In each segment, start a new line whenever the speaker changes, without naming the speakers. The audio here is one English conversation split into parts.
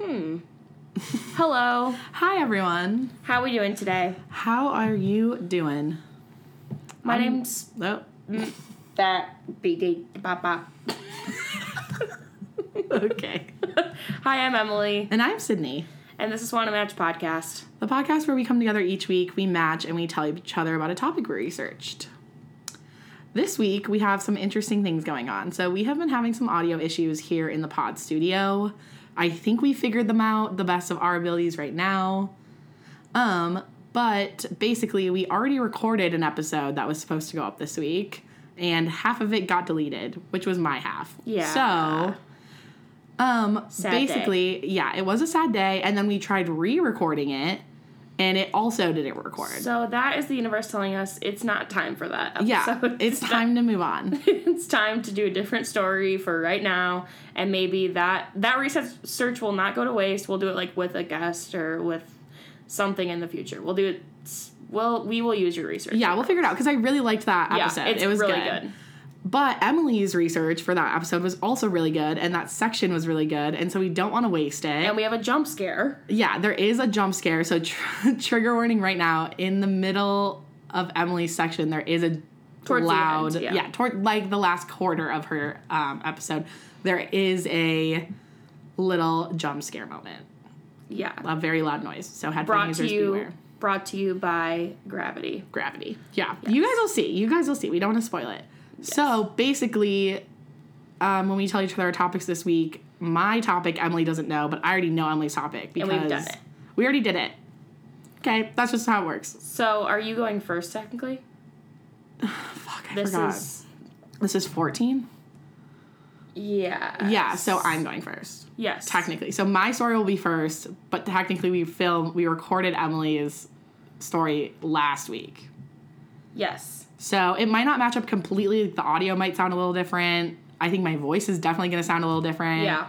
Hmm. Hello.
Hi, everyone.
How we doing today?
How are you doing?
My name's
Oh,
that BD Papa.
okay.
Hi, I'm Emily,
and I'm Sydney,
and this is Wanna Match Podcast.
the podcast where we come together each week, we match, and we tell each other about a topic we researched. This week, we have some interesting things going on. So, we have been having some audio issues here in the pod studio. I think we figured them out the best of our abilities right now. Um, but basically, we already recorded an episode that was supposed to go up this week, and half of it got deleted, which was my half.
Yeah.
So, um,
Sad day.
basically, yeah, it was a sad day, and then we tried re-recording it, and it also didn't record.
So that is the universe telling us it's not time for that episode.
yeah, it's time to move on.
it's time to do a different story for right now, and maybe that that research will not go to waste. We'll do it like with a guest or with something in the future. We'll do it. s- We'll we will use your research.
Yeah, we'll figure it out because I really liked that
Yeah,
episode.
it's
it was
really
good.
good.
But Emily's research for that episode was also really good, and that section was really good, and so we don't want to waste it.
And we have a jump scare.
yeah, there is a jump scare, so tr- trigger warning right now. In the middle of Emily's section, there is a
Towards the
loud,
end, yeah.
toward like the last quarter of her um, episode, there is a little jump scare moment,
Yeah.
a very loud noise. So headphone
brought to
users
you
beware.
brought to you by gravity
Gravity. Yeah, you guys will see. You guys will see. We don't want to spoil it. So basically, um, when we tell each other our topics this week, my topic Emily doesn't know, but I already know Emily's topic
And
because
we've done it.
we already did it. Okay, that's just how it works.
so are you going first technically
Fuck, I
this
forgot.
is
this is fourteen.
yeah
Yeah, so I'm going first
yes
technically. So my story will be first, but technically we filmed, we recorded Emily's story last week.
yes
So it might not match up completely. The audio might sound a little different. I think my voice is definitely going to sound a little different.
yeah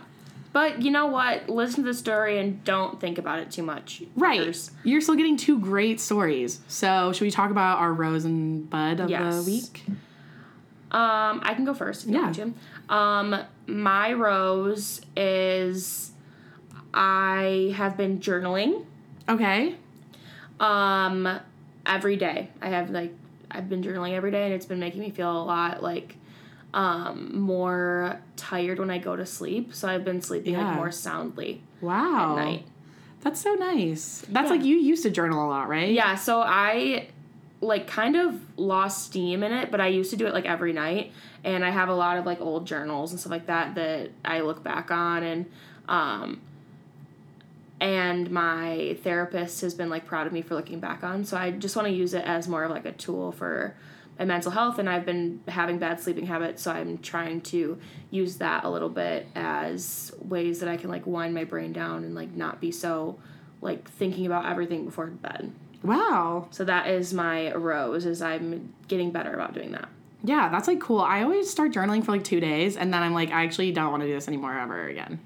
but you know what listen to the story and don't think about it too much
Right.
fuckers.
You're still getting two great stories. So should we talk about our rose and bud of
Yes.
the week?
um i can go first if you
Yeah.
want to. um my rose is i have been journaling
Okay.
um every day i have like i've been journaling every day and it's been making me feel a lot like um more tired when i go to sleep so i've been sleeping
Yeah.
like more soundly
Wow.
at night
That's so nice. That's
Yeah.
like you used to journal a lot, right?
yeah so i like kind of lost steam in it but i used to do it like every night and i have a lot of like old journals and stuff like that that i look back on and um and my therapist has been like proud of me for looking back on so i just want to use it as more of like a tool for my mental health and i've been having bad sleeping habits so i'm trying to use that a little bit as ways that i can like wind my brain down and like not be so like thinking about everything before bed
Wow.
so that is my rose is I'm getting better about doing that.
Yeah, that's like cool. I always start journaling for like two days and then I'm like, I actually don't want to do this anymore ever again.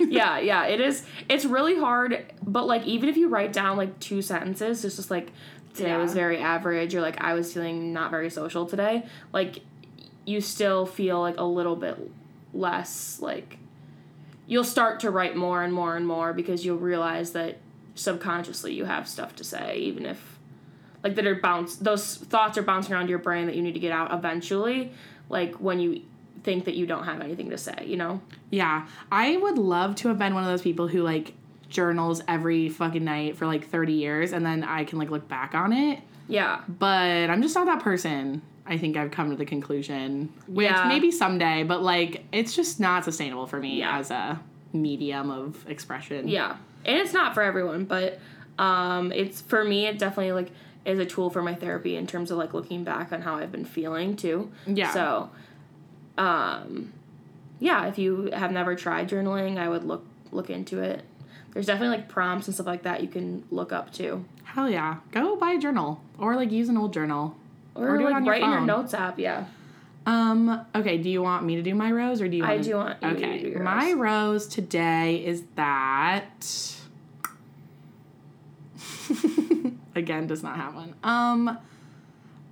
yeah, yeah, it is it's really hard, but like even if you write down like two sentences, it's just like today
Yeah.
was very average or like I was feeling not very social today, like you still feel like a little bit less like you'll start to write more and more and more because you'll realize that subconsciously you have stuff to say even if like that are bounce those thoughts are bouncing around your brain that you need to get out eventually like when you think that you don't have anything to say you know
Yeah, I would love to have been one of those people who like journals every fucking night for like 30 years and then I can like look back on it.
yeah
But I'm just not that person. I think I've come to the conclusion, which
Yeah.
maybe someday, but like it's just not sustainable for me
Yeah.
as a medium of expression.
yeah and it's not for everyone but um it's for me it definitely like is a tool for my therapy in terms of like looking back on how i've been feeling too
Yeah.
so um yeah if you have never tried journaling i would look look into it there's definitely like prompts and stuff like that you can look up to
Hell yeah. Go buy a journal or like use an old journal.
or,
Or do it
like
on your
write in your
phone.
notes app yeah
Um, okay, do you want me to do my rose or do you
I
want
do want you to
Okay.
do yours.
My rose today is that again does not have one. Um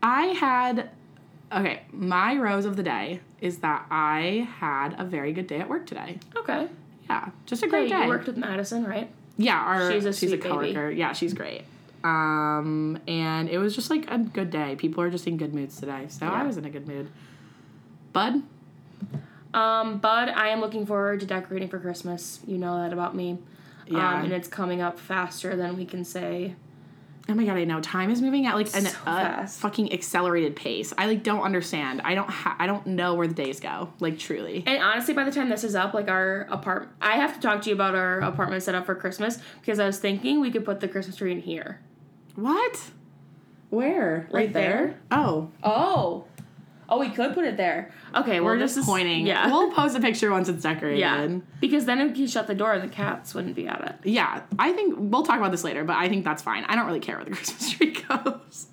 I had okay, my rose of the day is that I had a very good day at work today.
Okay.
Yeah, just a
Hey,
great day.
you worked with Madison, right?
yeah, our
She's
she's
a
a,
sweet baby.
coworker. Yeah, she's great. Um, and it was just like a good day. People are just in good moods today, so
Yeah.
I was in a good mood. Bud,
Um, Bud, I am looking forward to decorating for Christmas. You know that about me.
Yeah.
Um, and it's coming up faster than we can say.
oh my god, I know time is moving at like an
So
uh,
fast.
fucking accelerated pace. I like don't understand. I don't ha- I don't know where the days go. Like truly.
And honestly, by the time this is up, like our apartment, I have to talk to you about our apartment setup for Christmas because I was thinking we could put the Christmas tree in here.
What? Where?
Right there?
Oh,
Oh, oh, we could put it there. Okay, well,
we're
this
just
is-
pointing.
Yeah,
We'll post a picture once it's decorated.
yeah. Because then if you shut the door, the cats wouldn't be at it.
Yeah, I think we'll talk about this later, but I think that's fine. I don't really care where the Christmas tree goes.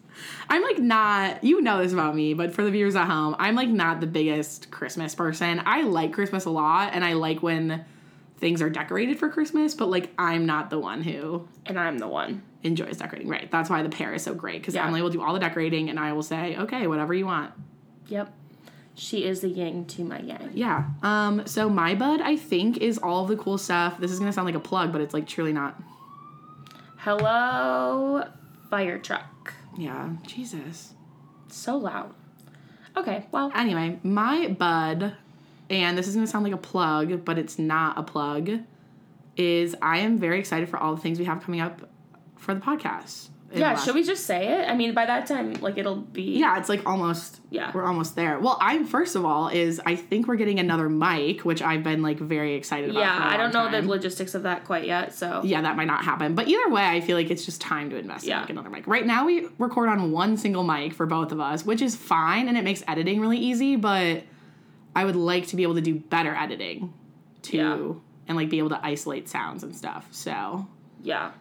I'm like not, you know this about me, but for the viewers at home, I'm like not the biggest Christmas person. I like Christmas a lot and I like when things are decorated for Christmas, but like I'm not the one who
And I'm the one.
enjoys decorating. Right. That's why the pair is so great because
Yeah.
Emily will do all the decorating and I will say, okay, whatever you want.
Yep, she is the yin to my yang.
Yeah. Um, so my bud, I think, is all the cool stuff. This is gonna sound like a plug, but it's like truly not.
Hello, fire truck.
Yeah. Jesus.
So loud. Okay, well,
Anyway, my bud, and this is gonna sound like a plug, but it's not a plug, is I am very excited for all the things we have coming up for the podcast. in the
yeah.
last-
Should we just say it? I mean, by that time, like it'll be.
Yeah, it's like almost.
Yeah.
We're almost there. Well, I'm first of all is I think we're getting another mic, which I've been like very excited about.
Yeah,
for a
I
long
don't know
time.
the logistics of that quite yet. So
yeah, that might not happen. But either way, I feel like it's just time to invest
Yeah.
in like, another mic. Right now, we record on one single mic for both of us, which is fine and it makes editing really easy. But I would like to be able to do better editing too,
Yeah.
and like be able to isolate sounds and stuff. So
yeah,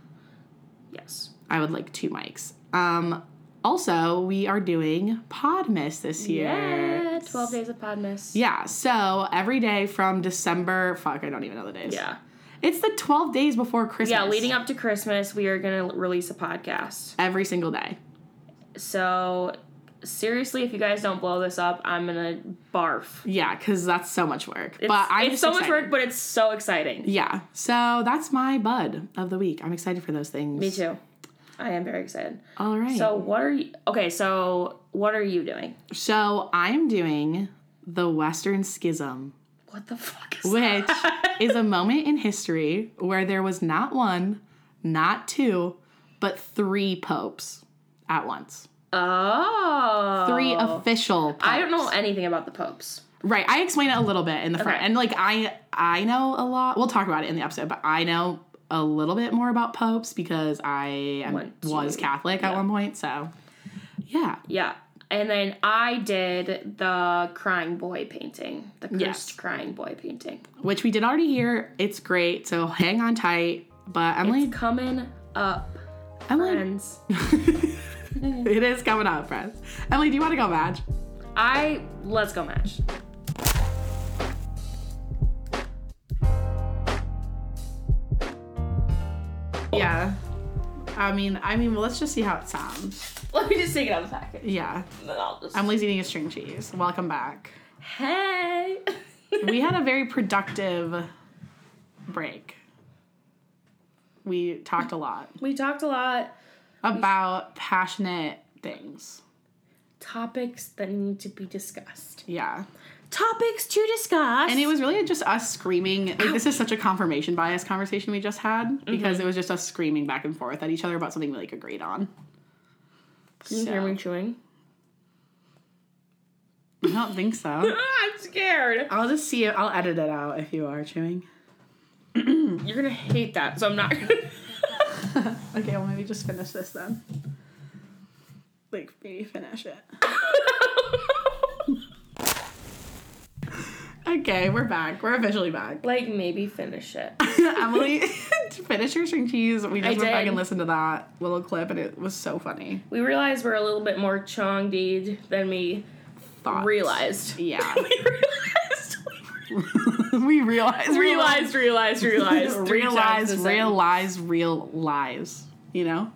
yes.
I would like two mics. Um, also, we are doing Podmas this year.
Yeah, twelve days of Podmas.
Yeah, so every day from December, fuck, I don't even know the days.
yeah,
It's the 12 days before Christmas.
yeah. Leading up to Christmas, we are gonna l- release a podcast.
every single day.
So seriously, if you guys don't blow this up, I'm gonna barf.
Yeah, because that's so much work.
It's,
but I'm
it's
just
so
excited.
much work, but it's so exciting.
Yeah. So that's my bud of the week. I'm excited for those things.
Me too. I am very excited.
All right.
So
So,
what are you? Okay, so what are you doing?
so I'm doing the Western Schism,
What the fuck is
which
that?
is a moment in history where there was not one, not two, but three popes at once.
Oh,
Three official popes.
I don't know anything about the popes.
Right. I explain it a little bit in the front.
Okay.
And like I I know a lot. We'll talk about it in the episode, but I know a little bit more about popes because I am,
Went to-
was Catholic at
yeah.
one point, so yeah.
Yeah. And then I did the crying boy painting, the cursed
Yes.
crying boy painting.
Which we did already hear. It's great. So hang on tight. But Emily
It's coming up,
Emily
friends.
It is coming up, friends. Emily, do you want to go match?
I let's go match.
Yeah. I mean I mean well let's just see how it sounds.
Let me just take it out of the packet.
Yeah.
And then I'll just.
Emily's eating a string cheese. Welcome back.
hey.
we had a very productive break. We talked a lot
we talked a lot.
about passionate things.
Topics that need to be discussed.
Yeah.
Topics to discuss.
And it was really just us screaming. Like, this is such a confirmation bias conversation we just had because it was just us screaming back and forth at each other about something we like agreed on.
Can you hear me chewing?
I don't think so.
I'm scared.
I'll just see it. I'll edit it out if you are chewing.
Um, You're gonna hate that, so I'm not gonna.
Okay, well, maybe just finish this then. Like, maybe finish it. Okay, we're back. We're officially back.
like maybe finish it.
Emily finished her string cheese. We just
I
went back
did.
and listened to that little clip, and it was so funny.
We realized we're a little bit more chongdied than we
Thoughts.
realized.
Yeah.
we realized.
we
realized,
realized.
realized, realized. three times
Realize,
the same.
realize, real lies. You know?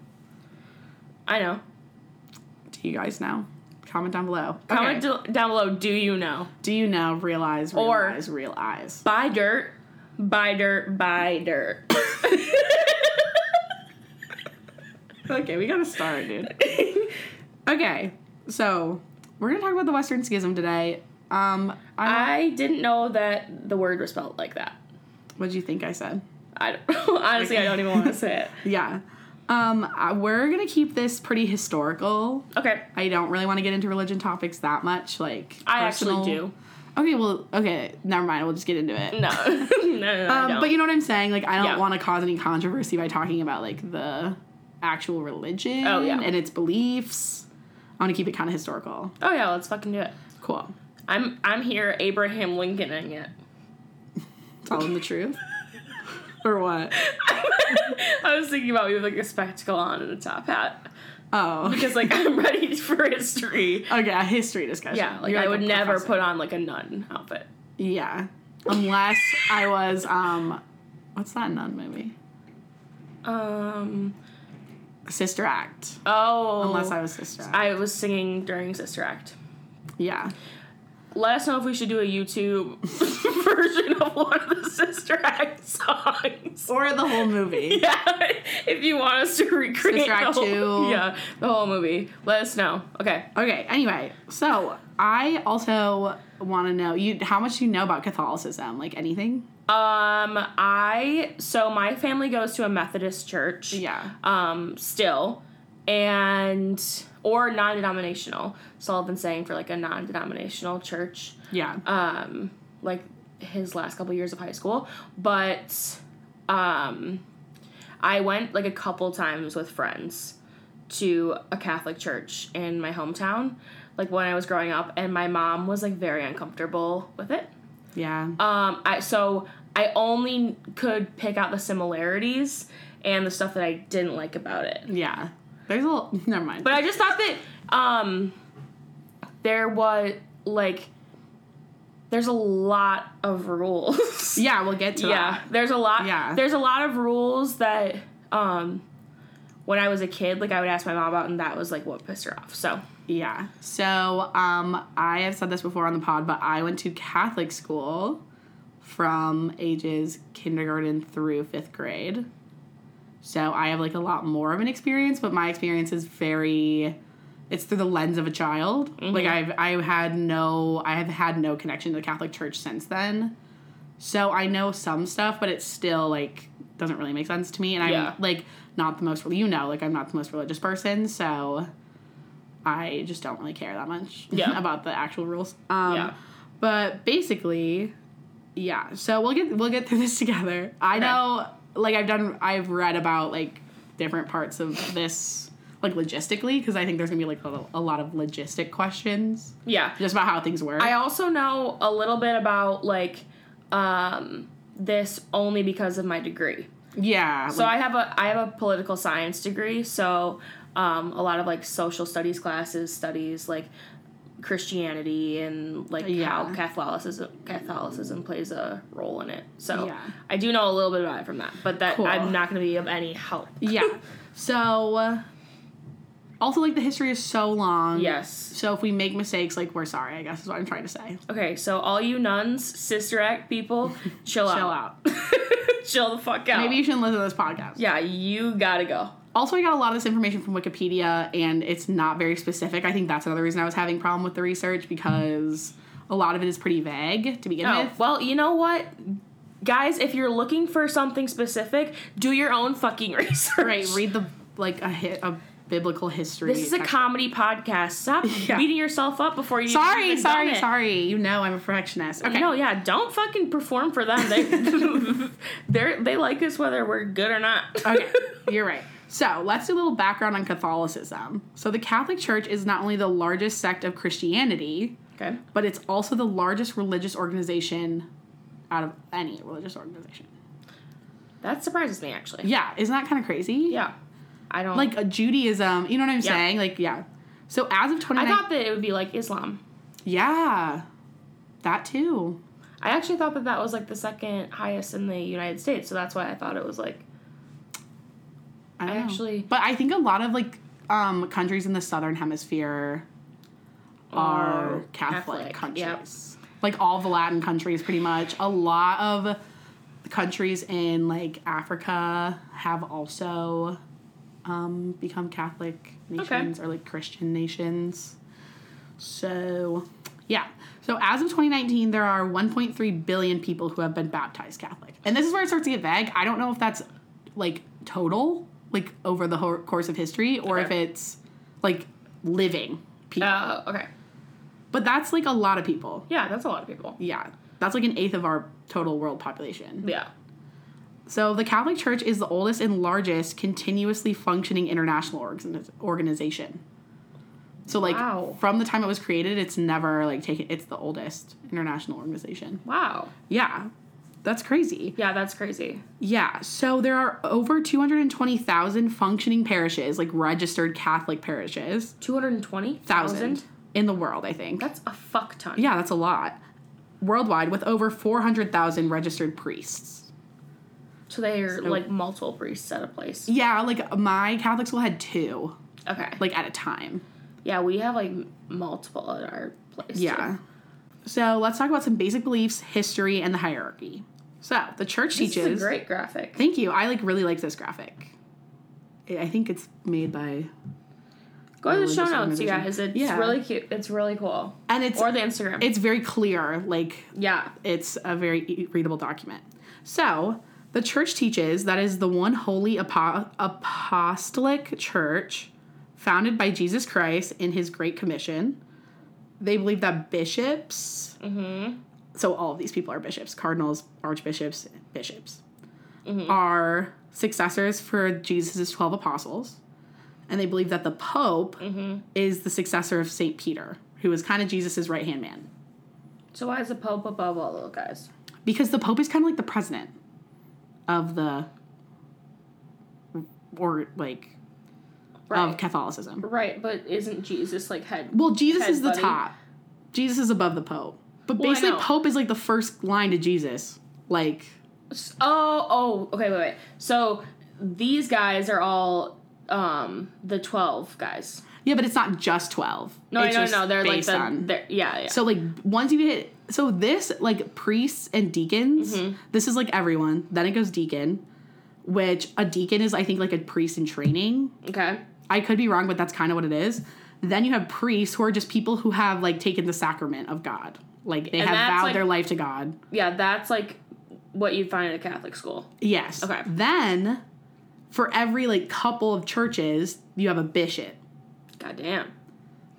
I know.
Do you guys know? Comment down below.
Comment
Okay.
do- down below. Do you know?
Do you know? Realize,
Or-
realize, realize.
Buy dirt. Buy dirt, buy dirt.
Okay, we gotta start, dude. okay, so we're gonna talk about the Western Schism today. Um, I,
I didn't know that the word was spelled like that.
what do you think I said?
I don't, honestly, I don't even want to say it.
Yeah, um, I- we're gonna keep this pretty historical.
Okay,
I don't really want to get into religion topics that much. Like,
I actually
personal-
do.
Okay, well, okay, never mind. We'll just get into it.
No, no, no, no, I
Um,
don't.
but you know what I'm saying? Like, I don't
Yeah.
want to cause any controversy by talking about like the actual religion
Oh, yeah.
and its beliefs. I want to keep it kind of historical.
oh yeah, let's fucking do it.
Cool.
I'm I'm here, Abraham Lincolning it.
Tell them the truth. or what?
I was thinking about me with like a spectacle on and a top hat
Oh.
because like I'm ready for history.
Okay, a history discussion.
Yeah, like
You're
I
a
would never
professor.
put on like a nun outfit.
Yeah. Unless I was um what's that nun movie?
Um.
Sister Act.
Oh.
Unless I was Sister Act.
I was singing during Sister Act.
yeah.
Let us know if we should do a YouTube version of one of the Sister Act songs.
Or the whole movie.
Yeah, if you want us to recreate
Sister Act
the whole,
two.
yeah, the whole movie, let us know. Okay,
Okay, anyway, so I also wanna know you how much you know about Catholicism, like anything?
um, I so my family goes to a Methodist church.
Yeah.
um, still, and or non-denominational. So I've been saying for like a non-denominational church,
Yeah.
um, like his last couple years of high school. But um, I went like a couple times with friends to a Catholic church in my hometown, like when I was growing up, and my mom was like very uncomfortable with it.
yeah.
Um, I so I only could pick out the similarities and the stuff that I didn't like about it.
yeah. There's a little never mind.
But I just thought that um there was like there's a lot of rules.
yeah, we'll get to
yeah. There's a lot
Yeah.
there's a lot of rules that um when I was a kid, like I would ask my mom about and that was like what pissed her off. So
Yeah. So, um, I have said this before on the pod, but I went to Catholic school from ages kindergarten through fifth grade. So I have like a lot more of an experience, but my experience is very it's through the lens of a child. Like I've I had no I have had no connection to the Catholic Church since then. So I know some stuff, but it's still like doesn't really make sense to me. And I'm
Yeah.
like not the most you know, like I'm not the most religious person, so I just don't really care that much
Yeah.
about the actual rules. Um,
Yeah.
But basically, yeah. So we'll get we'll get through this together. I
Okay.
know, like I've done, I've read about like different parts of this, like logistically, because I think there's gonna be like a, a lot of logistic questions
yeah.
just about how things work.
I also know a little bit about like um this only because of my degree.
yeah.
So
like-
I have a I have a political science degree, so um, a lot of like social studies classes studies like Christianity and like
Yeah.
how Catholicism Catholicism plays a role in it. So
Yeah.
I do know a little bit about it from that, but that
Cool.
I'm not going to be of any help.
yeah. So uh, also like the history is so long.
Yes.
So if we make mistakes, like we're sorry. I guess is what I'm trying to say.
Okay, so all you nuns, sister act people, chill,
Chill
out.
out.
chill the fuck out.
Maybe you shouldn't listen to this podcast.
yeah, you gotta go.
Also, I got a lot of this information from Wikipedia, and it's not very specific. I think that's another reason I was having a problem with the research because a lot of it is pretty vague to begin
Oh,
with.
well, you know what? Guys, if you're looking for something specific, do your own fucking research.
Right, read the like a hit a biblical history.
This is a
section.
comedy podcast. Stop
Yeah.
beating yourself up before you.
Sorry,
even
sorry,
done it.
sorry. You know I'm a perfectionist. Okay.
No, yeah, don't fucking perform for them. They they're, they like us whether we're good or not.
okay, you're right. So let's do a little background on Catholicism. So the Catholic Church is not only the largest sect of Christianity,
okay.
but it's also the largest religious organization out of any religious organization.
That surprises me actually.
Yeah, isn't that kind of crazy?
Yeah. I don't
like a Judaism. You know what I'm
Yeah.
saying? Like yeah. So as of 29,
I thought that it would be like Islam.
yeah, that too.
I actually thought that that was like the second highest in the United States, so that's why I thought it was like
I, don't
I
know.
actually-
but I think a lot of like um, countries in the southern hemisphere are Catholic,
Catholic, yep.
countries. Like all the Latin countries, pretty much. A lot of countries in like Africa have also um, become Catholic nations or like Christian nations. So, yeah. So as of 2019, there are 1.3 billion people who have been baptized Catholic, and this is where it starts to get vague. I don't know if that's like total, like over the whole course of history, or
Okay.
if it's like living people.
Uh, okay.
but that's like a lot of people.
Yeah, that's a lot of people.
Yeah, that's like an eighth of our total world population.
Yeah.
So, the Catholic Church is the oldest and largest continuously functioning international org- organization. So, like,
Wow.
from the time it was created, it's never like taken, it's the oldest international organization.
Wow.
Yeah, that's crazy.
Yeah, that's crazy.
Yeah, so there are over 220,000 functioning parishes, like registered Catholic parishes,
220,000?
thousand in the world, I think.
That's a fuck ton.
yeah, that's a lot. Worldwide, with over 400,000 registered priests.
So they're like multiple priests at a place.
Yeah, like my Catholic school had two,
Okay.
like at a time.
yeah, we have like multiple at our place.
Yeah.
too.
So let's talk about some basic beliefs, history, and the hierarchy. So the church
This
teaches.
is a great graphic.
Thank you. I like really like this graphic. I I think it's made by
Go to the
Religious
show notes, you
organization.
guys. It's
Yeah.
really cute. It's really cool.
and it's
Or the Instagram.
it's very clear. Like
yeah.
it's a very e- readable document. So the church teaches that is the one holy apo- apostolic church founded by Jesus Christ in His Great Commission. They believe that bishops
Mm-hmm.
so all of these people are bishops cardinals archbishops bishops are successors for jesus' 12 apostles and they believe that the pope is the successor of saint peter who is kind of jesus' right-hand man
So why is the Pope above all those guys?
because the pope is kind of like the president of the or like
Right.
of catholicism
Right, but isn't Jesus like head?
well jesus
Ted
is the
Bundy.
top jesus is above the pope but
Well, I
basically
know.
pope is like the first line to jesus like
Oh, oh, okay, wait, wait. So these guys are all um the twelve guys.
Yeah, but it's not just twelve.
No,
it's
no,
just
no. They're like
based
the
on-
they're, yeah, yeah.
so like once you hit so this like priests and deacons.
Mm-hmm.
This is like everyone. Then it goes deacon, which a deacon is I think like a priest in training.
okay,
I could be wrong, but that's kind of what it is. Then you have priests who are just people who have like taken the sacrament of God. Like they
And
have
that's,
vowed
like-
their life to God.
yeah. That's like what you'd find at a Catholic school.
Yes.
Okay.
Then for every like couple of churches, you have a bishop.
God damn.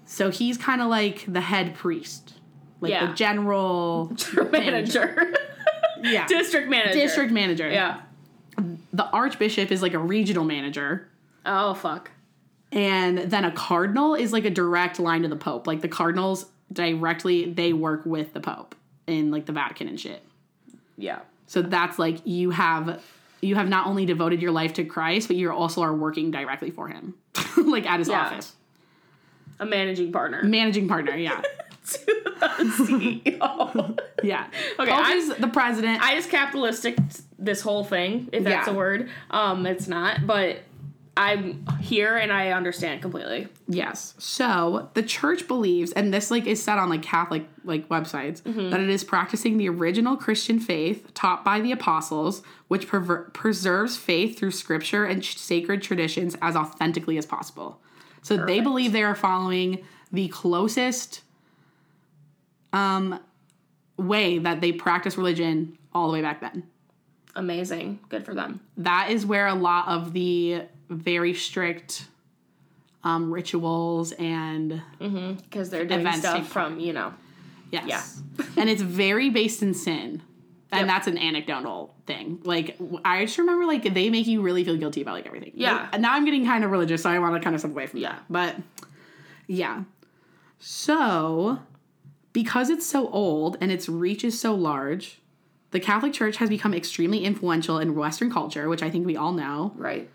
So he's kind of like the head priest, like
Yeah.
the general
Manager,
yeah.
district manager,
district manager.
Yeah.
The archbishop is like a regional manager.
Oh fuck.
And then a cardinal is like a direct line to the Pope. Like the cardinals directly they work with the Pope in like the Vatican and shit.
Yeah.
So that's like you have you have not only devoted your life to Christ, but you also are working directly for him. like at his
Yeah.
office.
A managing partner.
Managing partner, yeah.
To the CEO.
yeah.
Okay,
Pope
I-
is the president.
I just capitalistic this whole thing, if that's
Yeah.
a word. Um, it's not, but I'm here and I understand completely.
Yes. So the church believes, and this like is said on like Catholic like websites, that it is practicing the original Christian faith taught by the apostles, which perver- preserves faith through scripture and ch- sacred traditions as authentically as possible. So they
Perfect.
believe they are following the closest um way that they practice religion all the way back then.
Amazing. Good for them.
That is where a lot of the very strict um, rituals and
Because they're doing
Events
stuff
take
from, you know.
Yes. and it's very based in sin. And that's an anecdotal thing. Like w- I just remember like they make you really feel guilty about like everything.
Yeah.
Like, now I'm getting kind of religious, so I want to kind of step away from
Yeah.
that. But yeah. So because it's so old and its reach is so large, the Catholic Church has become extremely influential in Western culture, which I think we all know.
Right.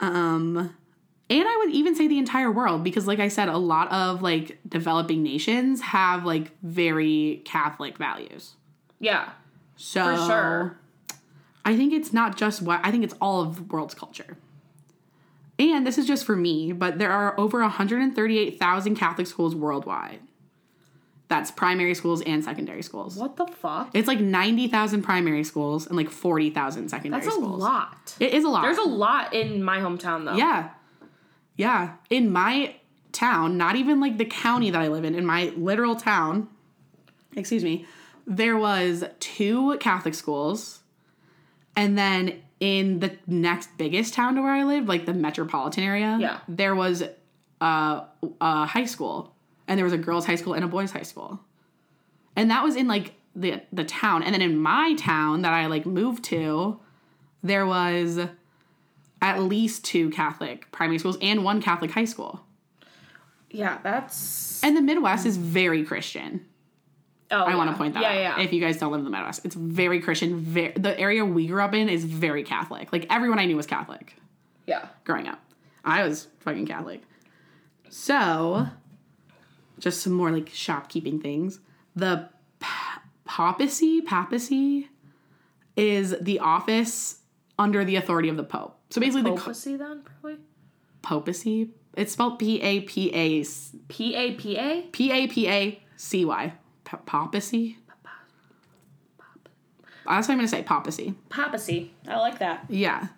Um, and I would even say the entire world because, like I said, a lot of like developing nations have like very Catholic values.
Yeah.
So
For sure.
I think it's not just what I think it's all of the world's culture. And this is just for me, but there are over 138,000 Catholic schools worldwide. That's primary schools and secondary schools.
What the fuck?
It's like 90,000 primary schools and like 40,000 secondary
That's a
schools.
lot.
It is a lot.
There's a lot in my hometown though.
Yeah. Yeah. In my town, not even like the county that I live in, in my literal town, excuse me, there was two Catholic schools. And then in the next biggest town to where I lived, like the metropolitan area,
Yeah.
there was a, a high school. And there was a girls' high school and a boys' high school. And that was in like the the town. And then in my town that I like moved to, there was at least two Catholic primary schools and one Catholic high school.
Yeah, that's
And the Midwest is very Christian.
Oh,
I want
yeah.
to point that
yeah,
out.
Yeah,
If you guys don't live in the Midwest, it's very Christian. Very, the area we grew up in is very Catholic. Like everyone I knew was Catholic
yeah.
growing up. I was fucking Catholic. So, just some more like shopkeeping things. The pa- papacy, papacy is the office under the authority of the pope. So basically the co-
Papacy then probably.
papacy, it's spelled P A P A C
P A P A.
P A P A C Y. Pa- Papacy? That's what I'm going to say, papacy.
Papacy. I like that.
Yeah.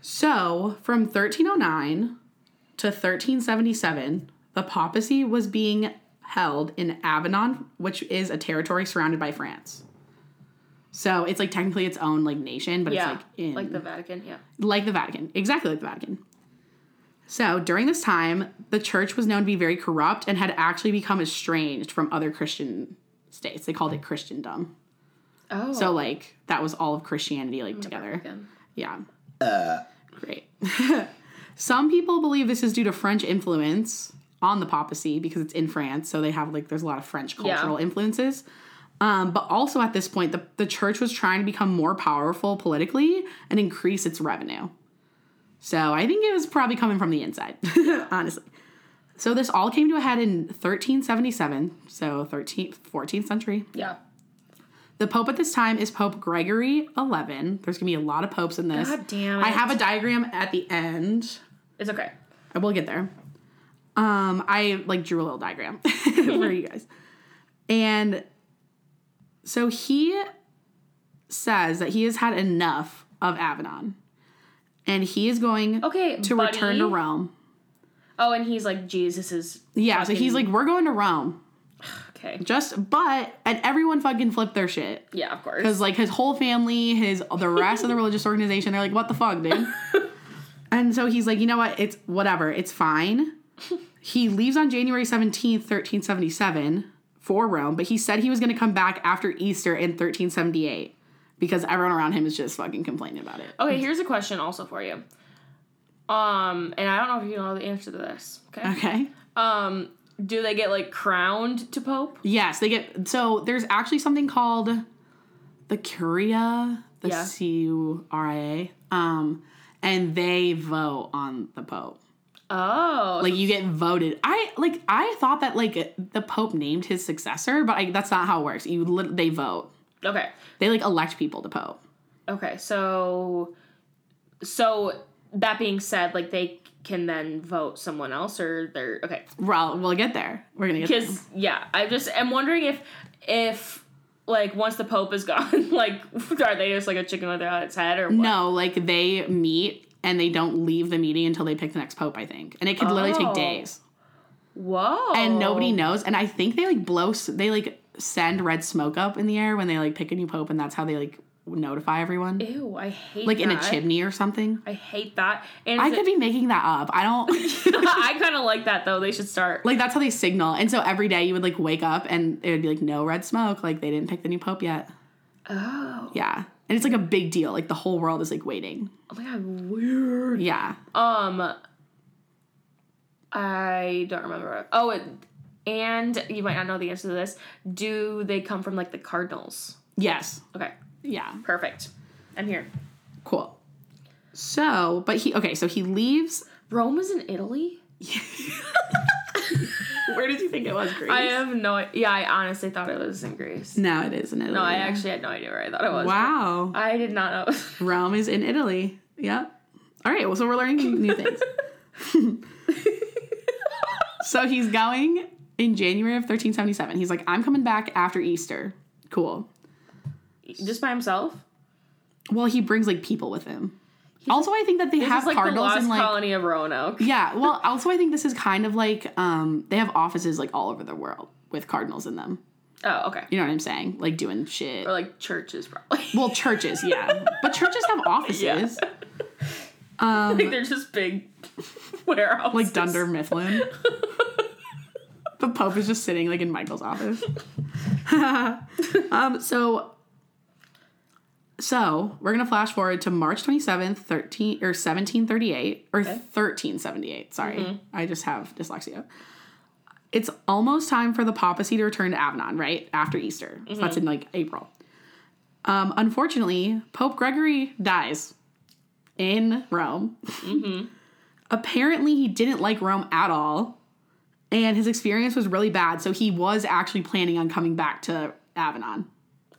So from 1309 to 1377, the papacy was being held in Avignon, which is a territory surrounded by France. So it's like technically its own like nation, but
yeah.
it's like in
the Vatican. Yeah.
like the Vatican, exactly like the Vatican. So during this time, the church was known to be very corrupt and had actually become estranged from other Christian states. They called it Christendom.
Oh.
So like that was all of Christianity like together.
Vatican.
Yeah.
Uh.
Great. Some people believe this is due to French influence on the papacy because it's in France, so they have like there's a lot of French
Yeah.
cultural influences. Um, but also at this point, the, the church was trying to become more powerful politically and increase its revenue. So I think it was probably coming from the inside, honestly. So this all came to a head in 1377, so 13th, 14th century.
Yeah.
The pope at this time is Pope Gregory Eleven. There's gonna be a lot of popes in this.
God damn
I
it.
have a diagram at the end.
It's okay.
I will get there. Um, I like drew a little diagram for you guys, and so he says that he has had enough of Avignon, and he is going
Okay.
to
Oh, buddy.
return to Rome.
Oh, and he's like Jesus is
Yeah, so he's
Fucking-
like, we're going to Rome.
okay.
Just but and everyone fucking flipped their shit.
Yeah, of
because
course.
like his whole family, his the rest of the religious organization, they're like, "What the fuck, dude?" and so he's like, "You know what? It's whatever. It's fine." He leaves on January seventeenth, thirteen seventy seven, for Rome, but he said he was going to come back after Easter in thirteen seventy eight because everyone around him is just fucking complaining about it.
Okay, here's a question also for you. Um, and I don't know if you know the answer to this. Okay.
Okay.
Um, do they get like crowned to pope?
Yes, they get so there's actually something called the Curia, the
Yeah.
C U R I A, um, and they vote on the Pope.
Oh,
like you get voted i like i thought that like the pope named his successor but I, that's not how it works you lit- they vote
okay,
they like elect people to pope
okay. So, so that being said, like they can then vote someone else, or they're okay.
well we'll get there we're gonna get there.
Because yeah, I just am wondering if if like once the pope is gone, like are they just like a chicken without its head or what?
no like they meet and they don't leave the meeting until they pick the next pope i think and it could literally
Oh.
take days
Whoa,
and nobody knows and i think they like blow s- they like send red smoke up in the air when they like pick a new pope and that's how they like notify everyone
Ew, I hate
like in a
that.
chimney or something
I hate that. And
i
is it-
could be making that up i don't
I kind of like that though. They should start.
like that's how they signal and so every day you would like wake up and it would be like no red smoke like they didn't pick the new pope yet
Oh,
yeah and it's like a big deal like the whole world is like waiting
oh my god, weird.
yeah
Um, I don't remember. Oh, it, and you might not know the answer to this. Do they come from like the Cardinals?
yes
Okay,
yeah
perfect. I'm here.
cool so but he okay so he leaves
Rome is in Italy.
where did you think it was greece
I have no. Yeah, I honestly thought it was in Greece.
no it is in italy
No, I actually had no idea where I thought it was.
wow
I did not know.
rome is in italy yep all right well so we're learning new things so he's going in January of 1377. He's like, I'm coming back after Easter. Cool.
Just by himself?
Well, he brings like people with him. also, I think that they
This
have
is like the
cardinals
lost
and like
colony of Roanoke.
yeah. Well, also I think this is kind of like um they have offices like all over the world with cardinals in them.
Oh, okay.
You know what I'm saying? Like doing shit.
Or like churches, probably.
Well, churches, yeah, but churches have offices
Yeah.
um
like they're just big warehouses.
like Dunder Mifflin. the Pope is just sitting like in Michael's office. um, so so we're gonna flash forward to March twenty seventh, thirteen or seventeen thirty eight or thirteen seventy eight. Sorry, I just have dyslexia. It's almost time for the papacy to return to Avignon, right after Easter. So that's in like April. Um, unfortunately, Pope Gregory dies in Rome. Apparently, he didn't like Rome at all, and his experience was really bad. So he was actually planning on coming back to Avignon.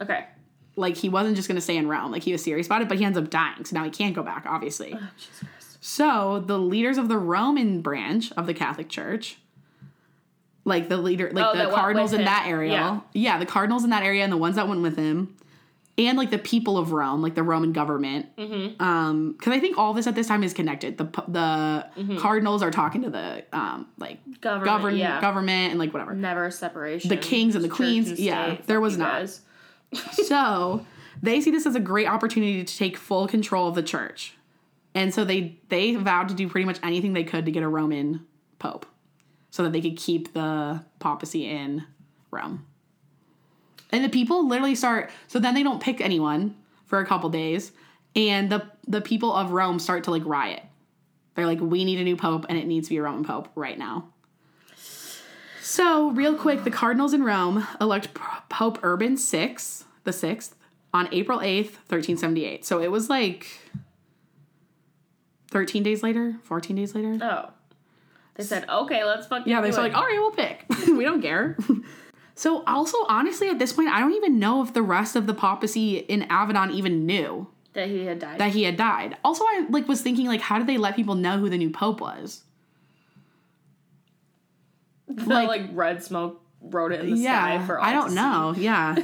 Okay.
Like he wasn't just going to stay in Rome. Like he was serious about it, but he ends up dying. So now he can't go back, obviously.
Oh, Jesus Christ.
So the leaders of the Roman branch of the Catholic Church, like the leader, like
Oh, that
the
went
cardinals
with
in
him.
that area,
Yeah.
yeah. the cardinals in that area and the ones that went with him, and like the people of Rome, like the Roman government, mm-hmm. um, because I think all this at this time is connected. The pu- the cardinals are talking to the um, like
Mm-hmm. Government.
govern
yeah.
government and like whatever.
Never a separation.
The kings and the
Church
queens,
and
yeah,
state,
there
fuck
was
you
not.
guys.
so they see this as a great opportunity to take full control of the church and so they they vowed to do pretty much anything they could to get a roman pope so that they could keep the papacy in rome and the people literally start so then they don't pick anyone for a couple days and the the people of rome start to like riot they're like we need a new pope and it needs to be a roman pope right now so, real quick, the cardinals in Rome elect P- Pope Urban VI, the sixth, on April eighth, thirteen seventy-eight. So it was like thirteen days later, fourteen days later.
Oh. They said, okay, let's fucking
Yeah, they
do
were
it.
like, all right, we'll pick. we don't care. so, also, honestly, at this point, I don't even know if the rest of the papacy in Avignon even knew
that he had died.
oh, that he had died. Also, I like was thinking like, how did they let people know who the new pope was?
The, like,
like-
red smoke wrote it in the sky for all
I
to
don't
see.
know. Yeah.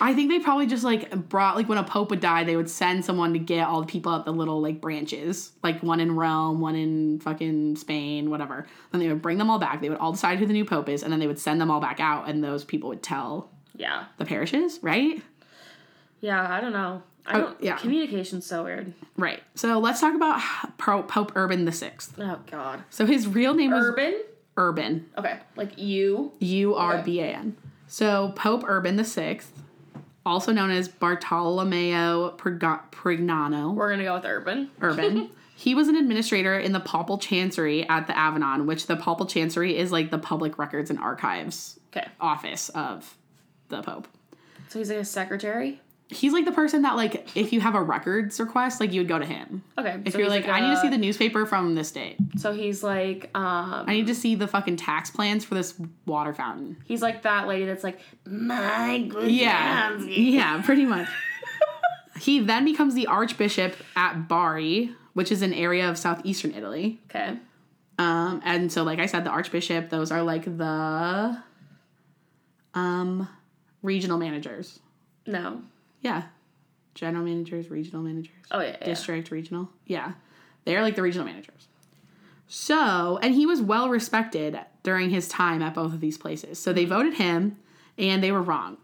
I think they probably just like brought like when a pope would die, they would send someone to get all the people at the little like branches, like one in Rome, one in fucking Spain, whatever. Then they would bring them all back. They would all decide who the new pope is, and then they would send them all back out, and those people would tell
Yeah.
the parishes, right?
Yeah, I don't know. I don't
Oh, yeah.
communication's so weird.
Right. So let's talk about Pro- Pope Urban the Sixth.
Oh god.
So his real name was
Urban?
Urban.
Okay. Like you.
U R B A N. So Pope Urban the Sixth, also known as Bartolomeo Prega- Pregnano
We're gonna go with urban.
Urban, he was an administrator in the Papal Chancery at the Avignon, which the Papal Chancery is like the public records and archives
Okay.
office of the Pope.
So he's like a secretary?
He's like the person that like if you have a records request, like you would go to him.
Okay.
If you're like, I need to see the newspaper from this date.
So he's like, um
I need to see the fucking tax plans for this water fountain.
he's like that lady that's like, My good
Yeah. Yeah, pretty much. he then becomes the archbishop at Bari, which is an area of southeastern Italy.
Okay.
Um, and so like I said, the archbishop, those are like the um regional managers.
No.
Yeah. General managers, regional managers
Oh yeah. yeah.
district regional yeah they're like the regional managers so and he was well respected during his time at both of these places so they voted him and they were wrong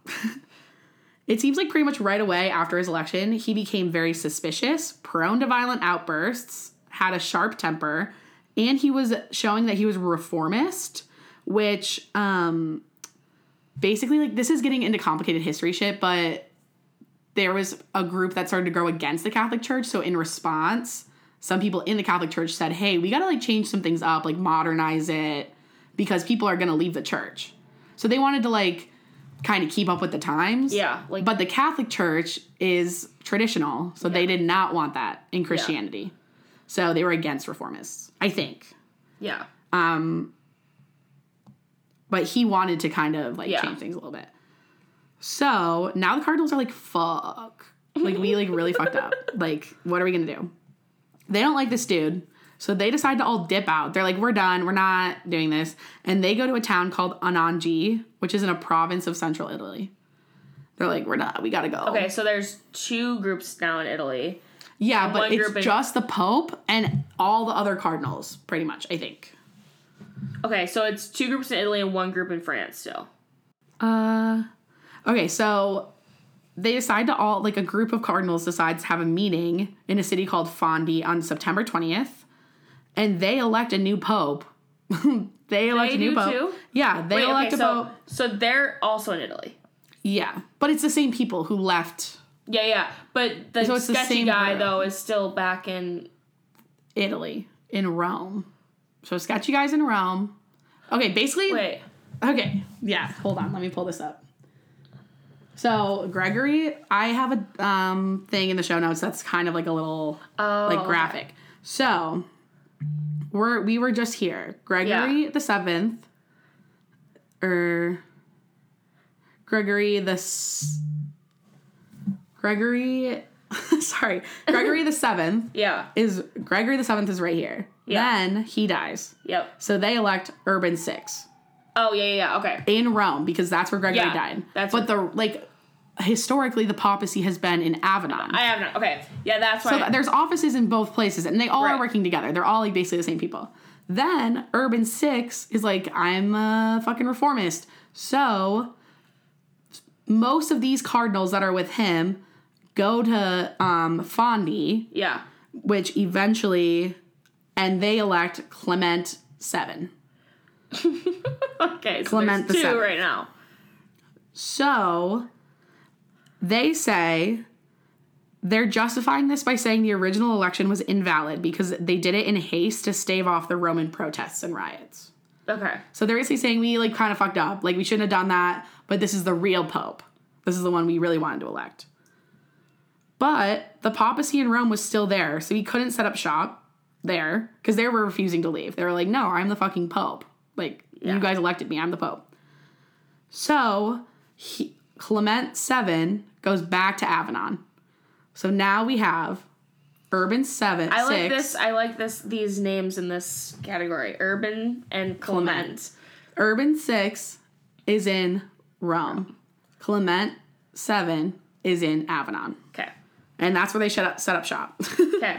it seems like pretty much right away after his election he became very suspicious prone to violent outbursts had a sharp temper and he was showing that he was reformist which um basically like this is getting into complicated history shit but there was a group that started to grow against the Catholic Church. So in response, some people in the Catholic Church said, "Hey, we got to like change some things up, like modernize it because people are going to leave the church." So they wanted to like kind of keep up with the times.
Yeah, like-
but the Catholic Church is traditional, so they did not want that in Christianity. So they were against reformists, I think.
Yeah.
but he wanted to kind of like
Yeah.
change things a little bit. So now the Cardinals are like, fuck. Like we like really fucked up. Like, what are we gonna do? They don't like this dude. So they decide to all dip out. They're like, we're done. We're not doing this. And they go to a town called Anangi, which is in a province of central Italy. They're like, we're not. We gotta go.
Okay, so there's two groups now in Italy.
Yeah, but
one
it's
group in-
just the Pope and all the other cardinals, pretty much. I think.
Okay, so it's two groups in Italy and one group in France still.
Uh, okay, so they decide to all like a group of cardinals decides to have a meeting in a city called Fondi on September 20th, and they elect a new pope. they elect
They
a new
do
pope.
too?
Yeah, they
Wait,
elect
okay,
a
so,
pope.
so they're also in Italy.
Yeah, but it's the same people who left
Yeah, yeah. But the
So it's the
sketchy
same
guy
group.
though is still back in
Italy in Rome. So sketchy guys in Rome. Okay, basically
wait.
Okay. Yeah. Hold on. Let me pull this up. So Gregory, I have a um, thing in the show notes that's kind of like a little
Oh
like graphic. So we're we were just here. Gregory the seventh, or Gregory the s- Gregory. sorry, Gregory the seventh
Yeah.
is Gregory the seventh is right here.
Yeah.
Then he dies.
Yep.
So they elect Urban six
Oh yeah, yeah, yeah. Okay.
in Rome because that's where Gregory
Yeah,
died.
that's-
but the like historically the papacy has been in Avignon.
I have not okay. Yeah, that's why
so there's offices in both places and they all
Right.
are working together. They're all like basically the same people. Then Urban 6 is like I'm a fucking reformist. So most of these cardinals that are with him go to um Fondi,
Yeah.
which eventually and they elect Clement 7.
Okay, so
Clement the
there's two
Seventh.
right now.
So they say they're justifying this by saying the original election was invalid because they did it in haste to stave off the Roman protests and riots.
Okay.
So they're basically saying we like kind of fucked up. Like we shouldn't have done that, but this is the real pope. This is the one we really wanted to elect. But the papacy in Rome was still there, so he couldn't set up shop there because they were refusing to leave. They were like, "No, I'm the fucking pope. Like you guys elected me. I'm the pope." So he, Clement VII goes back to Avignon. So now we have Urban Seven.
I like
six,
this I like this these names in this category. Urban and Clement.
Urban six is in Rome. Clement seven is in Avignon,
Okay.
and that's where they shut up, set up shop.
Okay.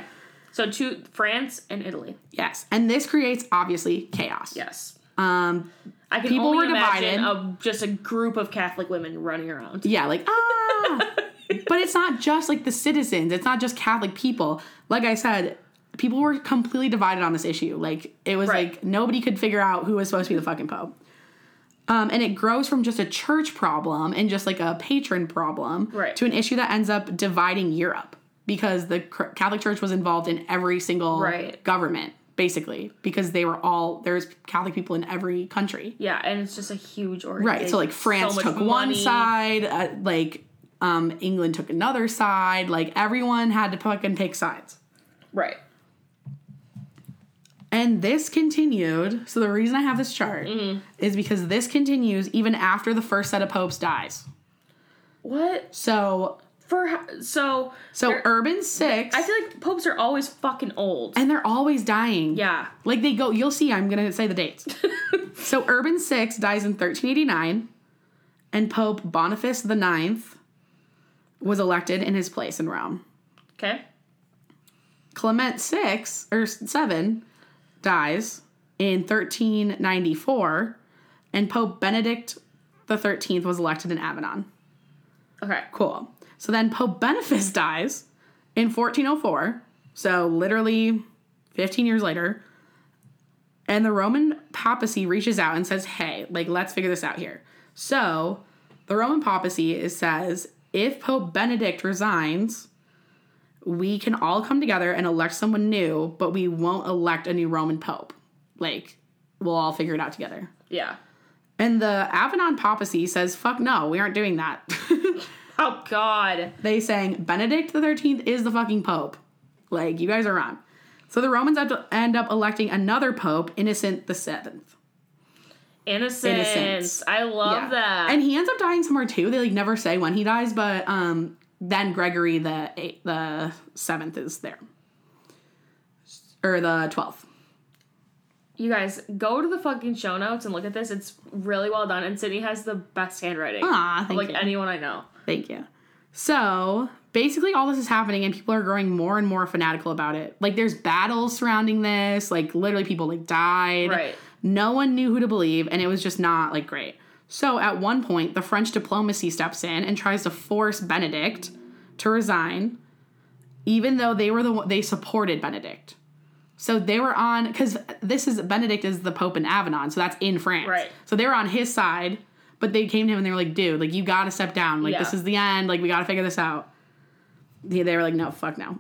So two France and Italy.
yes, and this creates obviously chaos.
Yes.
Um,
I can
People
only
were
imagine
divided.
A, just a group of Catholic women running around.
yeah, like ah, but it's not just like the citizens. It's not just Catholic people. Like I said, people were completely divided on this issue. Like it was
Right.
like nobody could figure out who was supposed to be the fucking pope. Um, and it grows from just a church problem and just like a patron problem
Right.
to an issue that ends up dividing Europe because the cr- Catholic Church was involved in every single
Right.
government basically because they were all there's Catholic people in every country.
Yeah, and it's just a huge organization.
Right. So like France
much
took one
money.
side, uh, like um, England took another side. Like everyone had to fucking take sides.
Right.
And this continued. So the reason I have this chart
Mm-hmm.
is because this continues even after the first set of popes dies.
What
So
for? ho- So
so
They're-
Urban six,
I feel like popes are always fucking old.
and they're always dying.
Yeah.
Like they go, you'll see, I'm gonna say the dates. so Urban VI dies in 1389, and Pope Boniface the Ninth was elected in his place in Rome.
Okay.
Clement VI or seven dies in 1394, and Pope Benedict the Thirteenth was elected in Avignon.
Okay.
Cool. So then Pope Boniface dies in 1404. So literally 15 years later. And the Roman papacy reaches out and says, hey, like, let's figure this out here. So the Roman papacy is, says, if Pope Benedict resigns, we can all come together and elect someone new, but we won't elect a new Roman pope. Like, we'll all figure it out together.
Yeah.
And the Avignon papacy says, fuck no, we aren't doing that.
Oh God.
they sang Benedict the Thirteenth is the fucking Pope. Like you guys are wrong. So the Romans have to end up electing another Pope, Innocent the Seventh.
Innocence.
Innocence.
I love that.
And he ends up dying somewhere too. They like never say when he dies, but um, then Gregory the eight, the Seventh is there. or the 12th.
You guys go to the fucking show notes and look at this. It's really well done, and Sydney has the best handwriting.
Ah,
of,
thank
like
you.
anyone I know.
Thank you. So basically, all this is happening, and people are growing more and more fanatical about it. Like, there's battles surrounding this. Like, literally, people like died.
Right.
No one knew who to believe, and it was just not like great. So at one point, the French diplomacy steps in and tries to force Benedict to resign, even though they were the one- they supported Benedict. So they were on because this is Benedict is the Pope in Avignon, so that's in France.
Right.
So they were on his side, but they came to him and they were like, "Dude, like you got to step down. Like
Yeah.
this is the end. Like we got to figure this out." Yeah, they were like, "No, fuck no."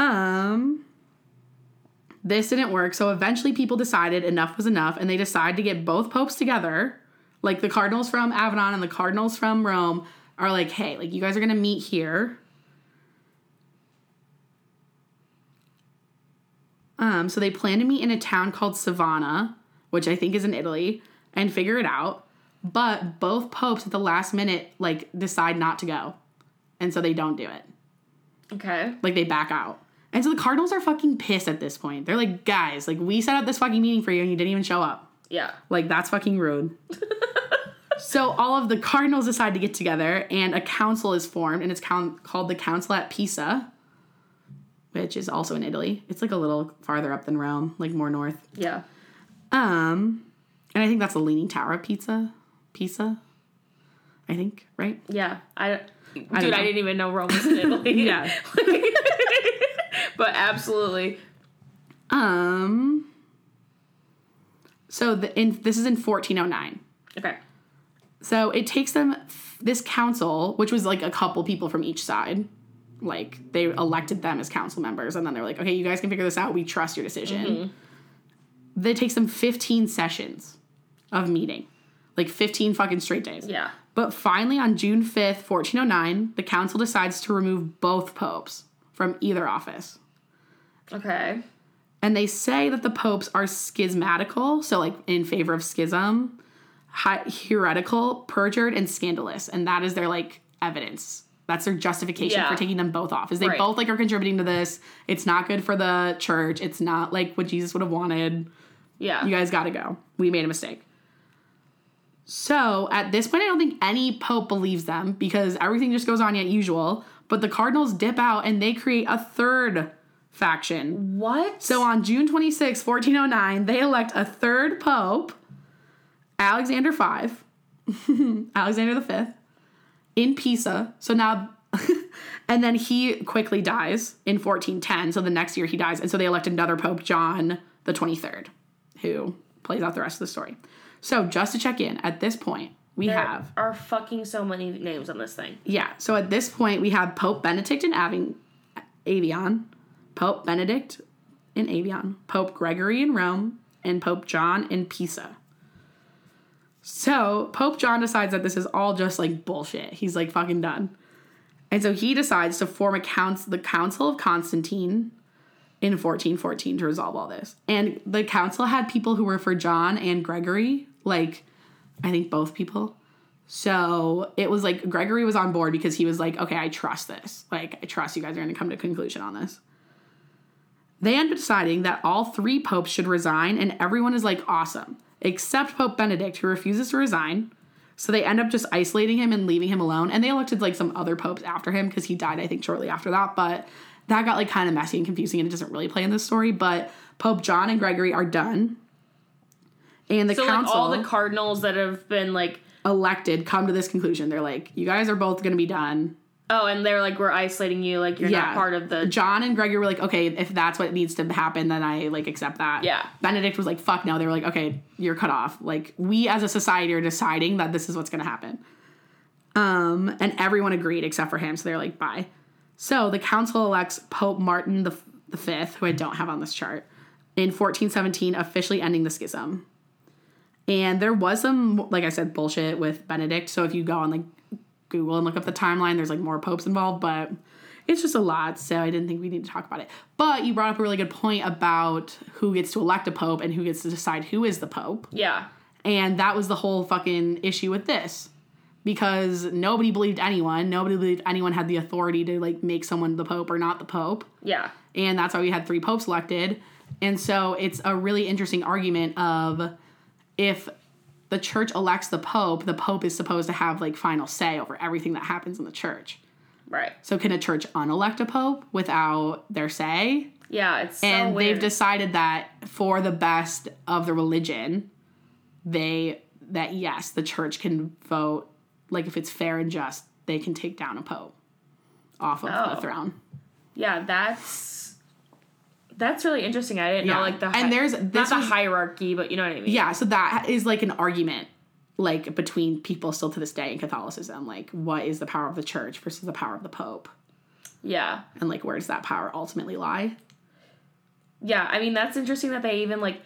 um, this didn't work. So eventually, people decided enough was enough, and they decided to get both popes together, like the cardinals from Avignon and the cardinals from Rome, are like, "Hey, like you guys are gonna meet here." Um, so they plan to meet in a town called Savannah, which I think is in Italy, and figure it out. But both popes at the last minute like decide not to go, and so they don't do it.
Okay.
Like they back out, and so the cardinals are fucking pissed at this point. They're like, guys, like we set up this fucking meeting for you, and you didn't even show up.
Yeah.
Like that's fucking rude. so all of the cardinals decide to get together, and a council is formed, and it's coun- called the Council at Pisa, which is also in Italy. It's like a little farther up than Rome, like more north.
Yeah.
Um, and I think that's the Leaning Tower of Pizza. Pisa, I think, right?
Yeah. I. Dude, I,
know.
didn't even know Rome was in Italy.
Yeah.
but absolutely.
Um. So the, in this is in 1409.
Okay.
So it takes them this council, which was like a couple people from each side, like they elected them as council members, and then they're like, okay, you guys can figure this out. We trust your decision. That it takes them 15 sessions of meeting, like 15 fucking straight days.
Yeah.
But finally, on June 5th, 1409, the council decides to remove both popes from either office.
Okay.
And they say that the popes are schismatical, so like in favor of schism, hi- heretical, perjured, and scandalous. And that is their like evidence. That's their justification
Yeah.
for taking them both off. Is they
Right.
both like are contributing to this. It's not good for the church. It's not like what Jesus would have wanted
Yeah.
you guys got to go. We made a mistake. So at this point, I don't think any pope believes them because everything just goes on as usual. But the cardinals dip out and they create a third faction.
What?
So on June 26, 1409, they elect a third pope, Alexander V, Alexander V, in Pisa. So now, and then he quickly dies in 1410. So the next year he dies. And so they elect another pope, John the 23rd, who plays out the rest of the story. So just to check in, at this point, we
There
have
are fucking so many names on this thing.
yeah. So at this point, we have Pope Benedict in Avig- Avion, Pope Benedict in Avion, Pope Gregory in Rome, and Pope John in Pisa. So Pope John decides that this is all just like bullshit. He's like fucking done. And so he decides to form a council, the Council of Constantine in 1414 to resolve all this. And the council had people who were for John and Gregory, like I think both people. So it was like Gregory was on board because he was like, okay, I trust this. Like, I trust you guys are going to come to a conclusion on this. They end up deciding that all three popes should resign, and everyone is like, awesome, except Pope Benedict, who refuses to resign. So they end up just isolating him and leaving him alone. And they elected like some other popes after him because he died, I think, shortly after that. But that got like kind of messy and confusing, and it doesn't really play in this story. But Pope John and Gregory are done. And the
So
council
like all the cardinals that have been like,
elected come to this conclusion. They're like, you guys are both going to be done.
oh, and they're like, we're isolating you, like you're
Yeah.
not part of the.
John and Gregory were like, okay, if that's what needs to happen, then I like accept that.
Yeah.
Benedict was like, fuck no. They were like, okay, you're cut off. Like we as a society are deciding that this is what's going to happen. Um, and everyone agreed except for him. So they're like, bye. So the council elects Pope Martin the, the fifth, who I don't have on this chart, in 1417, officially ending the schism. And there was some, like I said, bullshit with Benedict. So if you go on like Google and look up the timeline, there's like more popes involved, but it's just a lot. So I didn't think we need to talk about it. But you brought up a really good point about who gets to elect a pope and who gets to decide who is the pope.
Yeah.
And that was the whole fucking issue with this. because nobody believed anyone. Nobody believed anyone had the authority to like make someone the pope or not the pope.
Yeah.
And that's why we had three popes elected. And so it's a really interesting argument of if the church elects the pope, the pope is supposed to have like final say over everything that happens in the church.
Right.
So can a church unelect a pope without their say?
Yeah. It's so
and
weird.
they've decided that for the best of the religion they that yes the church can vote like if it's fair and just they can take down a pope off of
Oh.
the throne
yeah. That's that's really interesting. I didn't
Yeah.
know like the
And
hi-
there's-
not
this
the
was-
hierarchy, but you know what I mean.
yeah so that is like an argument like between people still to this day in catholicism like what is the power of the church versus the power of the pope
Yeah.
and like where does that power ultimately lie
Yeah. I mean, that's interesting that they even like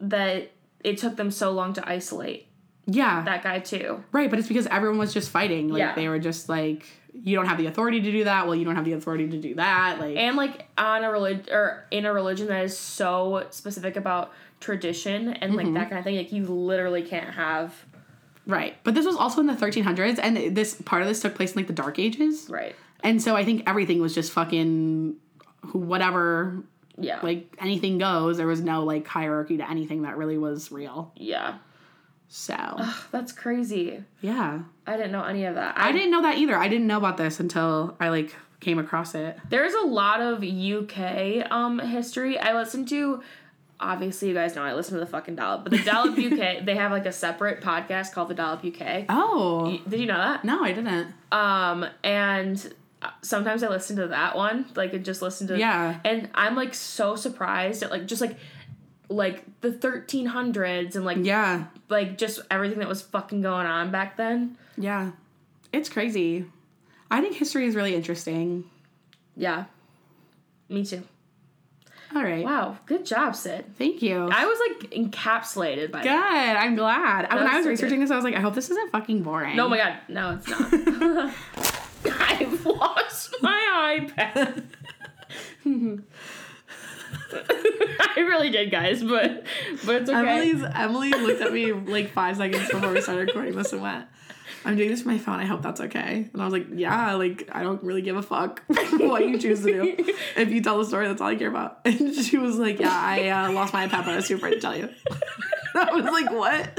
that. It took them so long to isolate
yeah
that guy too.
Right, but it's because everyone was just fighting. Like
Yeah.
they were just like, you don't have the authority to do that. Well, you don't have the authority to do that. Like
and like on a religion or in a religion that is so specific about tradition and like
Mm-hmm.
that kind of thing like you literally can't have
right. But this was also in the 1300s, and this part of this took place in like the Dark Ages,
right
and so I think everything was just fucking who- whatever.
yeah
Like anything goes. There was no like hierarchy to anything that really was real.
yeah
So
that's crazy
yeah,
i didn't know any of that
I didn't know that either. I didn't know about this until I like came across it.
there's a lot of uk um history i listened to obviously you guys know i listen to the fucking dollop but the dollop uk they have like a separate podcast called the dollop uk
Oh
did you know that
no, I didn't.
Um, and uh, sometimes I listen to that one, like, and just listen to
Yeah.
And I'm like so surprised at like just like like the 1300s and like
Yeah,
like just everything that was fucking going on back then.
yeah, it's crazy. I think history is really interesting.
Yeah, me too.
All right.
Wow, good job, Sid.
Thank you.
I was like encapsulated by
Good.
that.
I'm glad. when
was
I
so
was
good.
researching this, I was like, I hope this isn't fucking boring.
Oh my god, no, it's not. I've lost my iPad. I really did, guys, but but it's okay.
Emily's Emily looked at me like five seconds before we started recording this and went, "I'm doing this for my phone. I hope that's okay." And I was like, "Yeah, like I don't really give a fuck what you choose to do. If you tell the story, that's all I care about." And she was like, "Yeah, I uh, lost my iPad, but I was too afraid to tell you." I was like, "What?"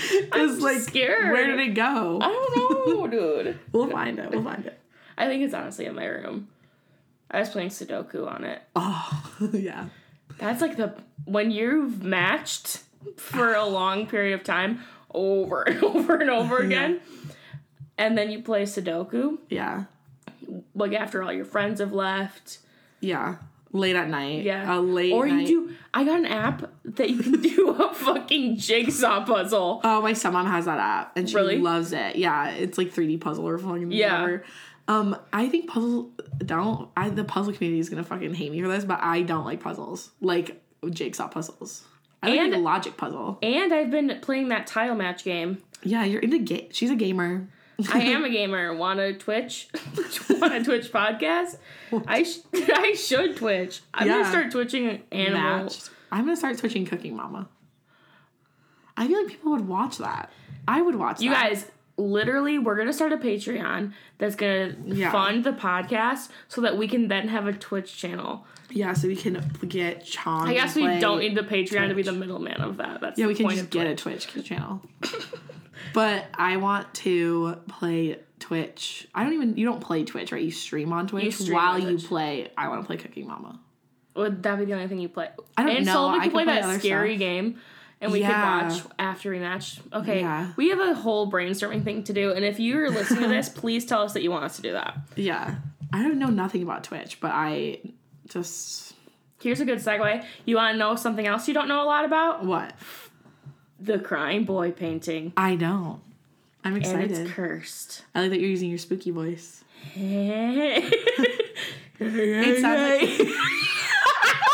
It's like,
scared.
where did it go?
I don't know, dude.
We'll find it. We'll find it.
I think it's honestly in my room. I was playing Sudoku on it.
Oh, yeah.
That's like the when you've matched for a long period of time over and over and over again. And then you play Sudoku,
Yeah.
like after all your friends have left.
Yeah. Late at night.
Yeah.
A late
Or
night.
you do I got an app that you can do a fucking jigsaw puzzle.
Oh, my stepmom has that app and she
Really?
loves it. Yeah, it's like 3D puzzle or fucking
Yeah.
whatever. Um, I think puzzle don't I the puzzle community is gonna fucking hate me for this, but I don't like puzzles. Like jigsaw puzzles. I like
And-
the logic puzzle.
And I've been playing that tile match game.
Yeah, you're into game. She's a gamer.
I am a gamer. Wanna Twitch? Wanna Twitch podcast? I sh- I should Twitch. I'm
Yeah.
gonna start twitching animals.
Matched. I'm gonna start switching Cooking Mama. I feel like people would watch that. I would watch
You
that.
guys, literally, we're gonna start a Patreon that's gonna
Yeah.
fund the podcast so that we can then have a Twitch channel.
Yeah, so we can get Chong.
I guess we
play-
don't need the Patreon to be the middleman of that. That's
Yeah,
the
we can
point
just
of
get a Twitch channel. but I want to play Twitch. I don't even. You don't play Twitch, right? You stream on Twitch
stream
while
on
you
Twitch.
play. I want to play Cooking Mama.
Would that be the only thing you play?
I don't
and
know.
Sullivan could
I could
play,
play
that
other
scary game, and we
Yeah.
could watch after we match. Okay,
Yeah.
we have a whole brainstorming thing to do, and if you're listening to this, please tell us that you want us to do that.
Yeah, I don't know nothing about Twitch, but I just
Here's a good segue. You want to know something else you don't know a lot about?
what
The Crying Boy painting,
I don't. I'm
and
excited.
it's cursed.
I like that you're using your spooky voice.
it
sounds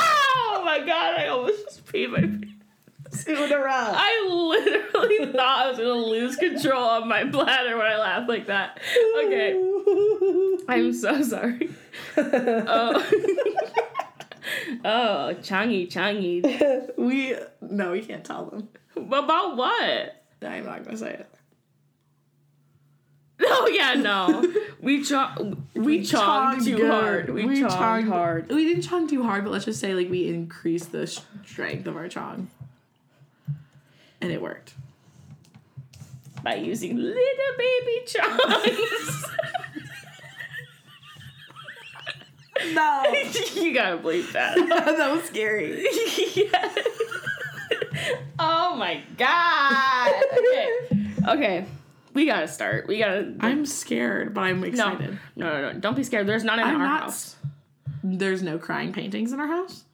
oh my god! I almost just peed my pants.
Two in a row.
I literally thought I was gonna lose control of my bladder when I laughed like that. Okay, I'm so sorry. Oh, oh Changi, Changi.
we no, we can't tell them.
About what?
I'm not gonna say it.
Oh yeah, no. we cho- we, chogged too
good.
hard. We, chogged, hard.
We didn't chong too hard, but let's just say like we increased the strength of our chong, and it worked.
by using little baby chunks.
No,
you gotta believe that.
that was scary.
Yes. Oh my god. Okay. Okay. We gotta start. We gotta.
I'm scared, but I'm
no.
excited.
no, no, no. Don't be scared. There's not in
I'm
our
not
house.
There's no crying paintings in our house.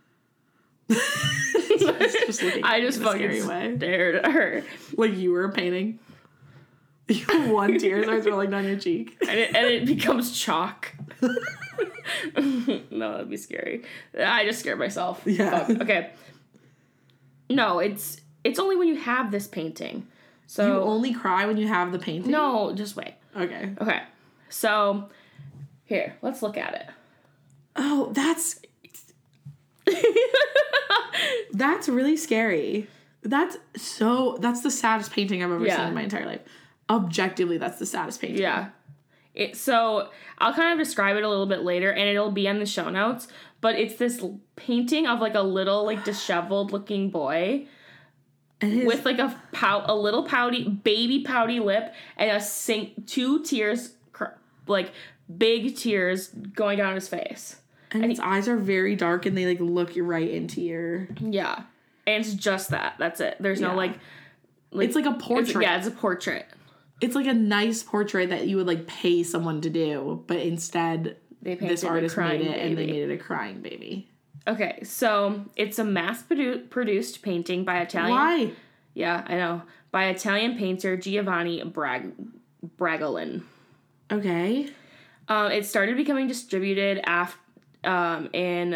just looking at
I
me
just
in a
fucking
scary way.
stared at her.
Like you were painting. One tear starts rolling down your cheek.
and it, and it becomes chalk. no, that'd be scary. I just scared myself.
Yeah.
Fuck. Okay. No, it's it's only when you have this painting.
You
So
only cry when you have the painting.
no, just wait.
Okay.
Okay. So here, let's look at
Oh, that's
it.
that's really scary. That's so. That's the saddest painting I've ever
Yeah.
seen in my entire life. Objectively, that's the saddest painting.
yeah. It, so I'll kind of describe it a little bit later, and it'll be on the show notes. But it's this l- painting of like a little like disheveled looking boy.
And his,
with like a pout, a little pouty, baby pouty lip, and a sink, two tears, cr- like big tears going down his face.
and his eyes are very dark, and they like look right into your.
Yeah, and it's just that. That's it. There's
Yeah.
no like,
It's like a
it's,
portrait.
yeah, it's a portrait.
it's like a nice portrait that you would like pay someone to do, but instead
They painted
this
a
artist made
crying
it and they
baby.
made it a crying baby.
Okay, so it's a mass produ- produced painting by Italian.
Why?
Yeah, I know. By Italian painter Giovanni Brag- Bragolin.
Okay.
Um, it started becoming distributed af- um, in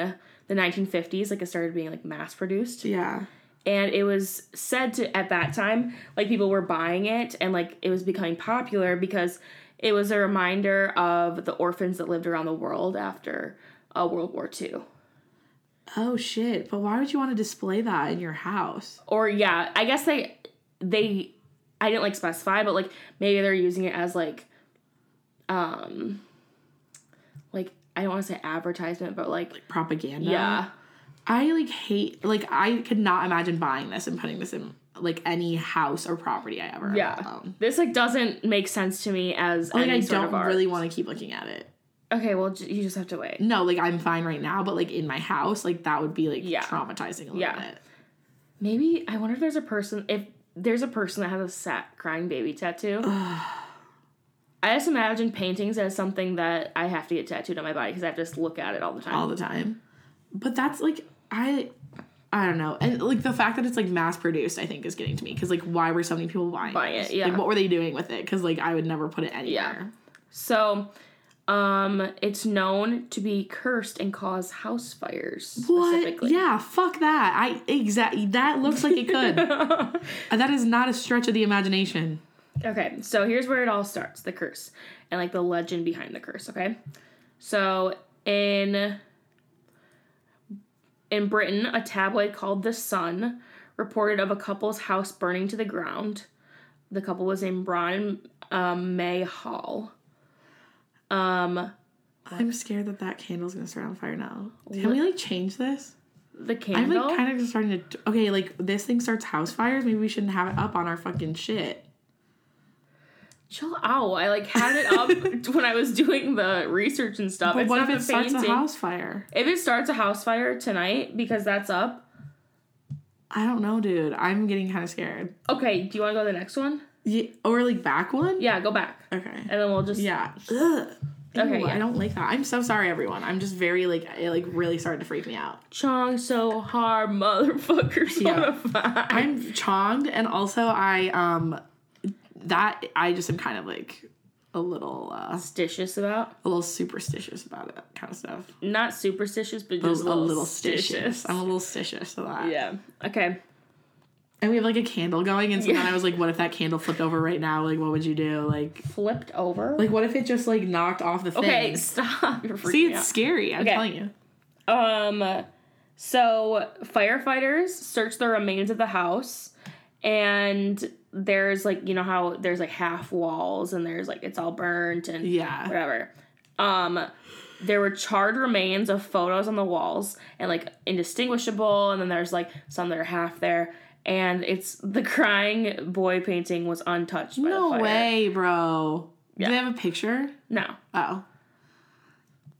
the 1950s. Like it started being like mass produced,
Yeah.
and it was said to at that time like people were buying it and like it was becoming popular because it was a reminder of the orphans that lived around the world after uh, World War II.
Oh shit. But why would you want to display that in your house?
Or yeah, I guess they they I didn't like specify, but like maybe they're using it as like um like I don't want to say advertisement, but like
Propaganda.
yeah.
I like hate like I could not imagine buying this and putting this in like any house or property I ever
Yeah.
own.
This like doesn't make sense to me as
Like
any
I
sort
don't
of art.
really want to keep looking at it.
Okay, well j- you just have to wait.
No, like I'm fine right now, but like in my house, like that would be like
Yeah.
traumatizing a little
Yeah.
bit.
Maybe I wonder if there's a person if there's a person that has a sat crying baby tattoo. I just imagine paintings as something that I have to get tattooed on my body because I have to just look at it all the time.
all the time. But that's like I I don't know. And like the fact that it's like mass produced I think is getting to me cuz like why were so many people buying
Buying
this?
it, yeah.
Like what were they doing with it cuz like I would never put it anywhere.
So, um, it's known to be cursed and cause house fires
What?
specifically.
Yeah, fuck that. I exactly that looks like it could. And that is not a stretch of the imagination.
Okay, so here's where it all starts the curse and like the legend behind the curse, okay? So in in Britain, a tabloid called The Sun reported of a couple's house burning to the ground. The couple was named Brian um, May Hall. Um,
I'm scared that that candle's going to start on fire now. Can we like change this?
the
I'm
candle.
like kind of just starting to Okay, like this thing starts house fires, maybe we shouldn't have it up on our fucking shit.
Chill out. I like had it up when I was doing the research and stuff.
But
it's
what
not
if it
the
starts
painting.
a house fire?
If it starts a house fire tonight because that's up.
I don't know, dude. I'm getting kind of scared.
Okay, do you want to go to the next one?
Yeah, or like back one.
Yeah, go back.
Okay.
And then we'll just
Yeah. Ugh.
Okay,
Ew,
yeah.
I don't like that. I'm so sorry, everyone. I'm just very like it like really started to freak me out.
chong so hard motherfuckers
Yeah.
on a fire.
I'm chonged, and also I um that I just am kind of like a little uh
Stitious about.
a little superstitious about that kind of stuff.
Not superstitious, but
A,
just
a little stitious.
stitious.
I'm a little stitious of that.
Yeah. Okay.
And we have like a candle going, and so then
Yeah.
I was like, what if that candle flipped over right now? Like, what would you do? Like,
Flipped over.
like what if it just like knocked off the thing?
okay, stop. You're freaking
See,
me
it's scary. I'm
Okay.
telling you.
Um, so firefighters searched the remains of the house, and there's like you know how there's like half walls and there's like it's all burnt and
Yeah.
whatever. Um, there were charred remains of photos on the walls and like indistinguishable, and then there's like some that are half there. And it's the crying boy painting was untouched. By the
No
fire.
way, bro.
Yeah.
Do they have a picture?
No.
Oh.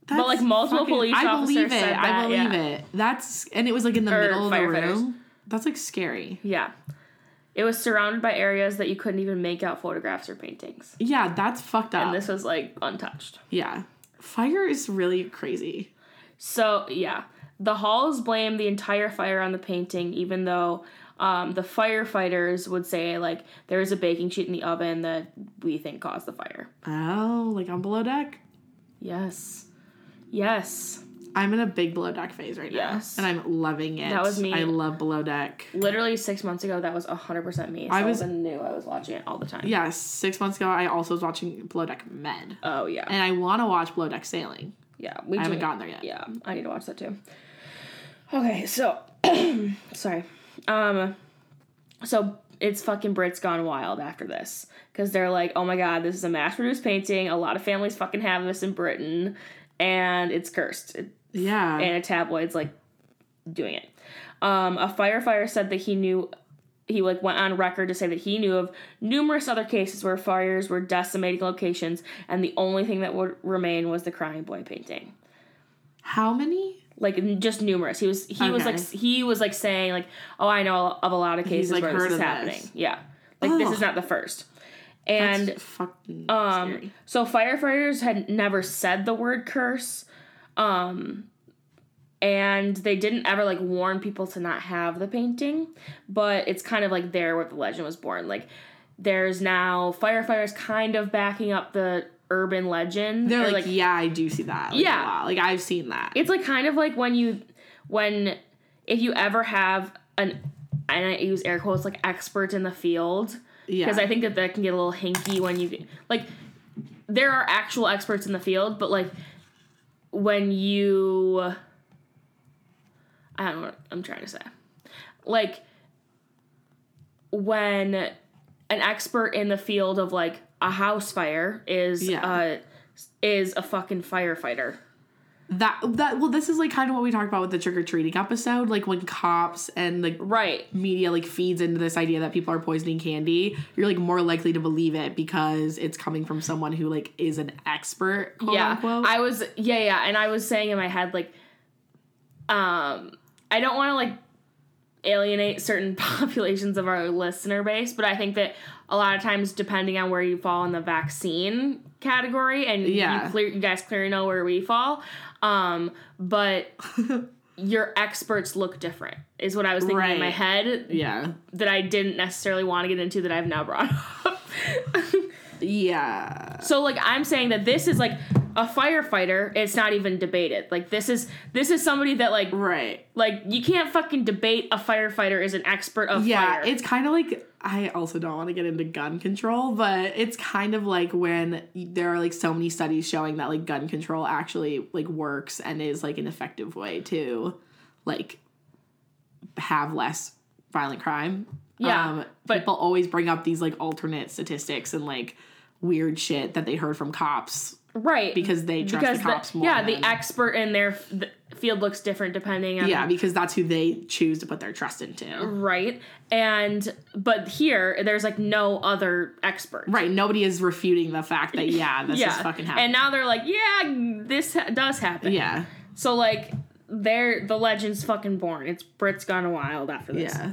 But, like, multiple police
I
officers
believe it.
said
I
that,
believe
yeah.
it. That's and it was like in the
Or
middle of the
firefighters.
room. That's like scary.
Yeah. It was surrounded by areas that you couldn't even make out photographs or paintings.
Yeah, that's fucked up.
And this was like untouched.
yeah. Fire is really crazy.
So, yeah. The halls blamed the entire fire on the painting, even though um, the firefighters would say, like, there was a baking sheet in the oven that we think caused the fire.
Oh, like I'm below deck.
Yes. Yes.
I'm in a big below deck phase right
Yes.
now. And I'm loving it.
That was me.
I love below deck.
Literally six months ago, that was 100% me. So
I
I
was-
was knew I was watching it all the time.
Yeah, six months ago I also was watching Below Deck Med.
Oh, yeah.
And I wanna watch Below Deck Sailing.
Yeah. We
I haven't
do-
gotten there yet.
Yeah, I need to watch that too. Okay, so sorry. Um so it's fucking Brits gone wild after this cuz they're like, "Oh my god, this is a mass-produced painting. A lot of families fucking have this in Britain and it's cursed." It-
Yeah.
and a tabloid's like doing it. Um a firefighter said that he knew he like went on record to say that he knew of numerous other cases where fires were decimating locations and the only thing that would remain was the crying boy painting
How many?
like n- just numerous. He was he was like
Okay.
s- he was like saying like, oh, I know of a lot of cases
like,
where
heard
this
of
is happening.
this.
Yeah, like this
Ugh.
is not the first. And
That's fucking
um,
scary.
so firefighters had never said the word curse, um, and they didn't ever like warn people to not have the painting. But it's kind of like there where the legend was born. Like there's now firefighters kind of backing up the urban legend.
They're
Or,
like, yeah, I do see that. Like,
Yeah.
a lot. like I've seen that.
it's like kind of like when you when if you ever have an and I use air quotes like expert in the field
yeah,
because I think that that can get a little hinky when you like there are actual experts in the field, but like when you I don't know what I'm trying to say. Like when an expert in the field of like a house fire is
Yeah.
uh is a fucking firefighter.
that that well, this is like kind of what we talked about with the trick or treating episode, like when cops and like
Right.
media like feeds into this idea that people are poisoning candy. You're like more likely to believe it because it's coming from someone who like is an expert. Quote
yeah
unquote.
i was yeah yeah and i was saying in my head like um i don't want to like alienate certain populations of our listener base but i think that a lot of times depending on where you fall in the vaccine category and
Yeah.
you clear you guys clearly know where we fall um but your experts look different is what i was thinking in my
Right.
head
yeah,
that i didn't necessarily want to get into that i've now brought up
yeah,
so like I'm saying that this is like a firefighter. It's not even debated. Like this is this is somebody that like
right.
like you can't fucking debate a firefighter is an expert of
Yeah,
fire.
it's kind of like I also don't want to get into gun control, but it's kind of like when there are like so many studies showing that like gun control actually like works and is like an effective way to like have less violent crime. Um,
Yeah, but-
people always bring up these like alternate statistics and like weird shit that they heard from cops
right
because they trust
because
the cops more.
yeah
than-
the expert in their f- the field looks different depending on
yeah, because that's who they choose to put their trust into.
right and but here there's like no other expert
Right, nobody is refuting the fact that yeah, this
yeah
is fucking happening.
and now they're like yeah this ha- does happen
yeah.
so like they're the legend's fucking born it's Brit's gone wild after this
Yeah.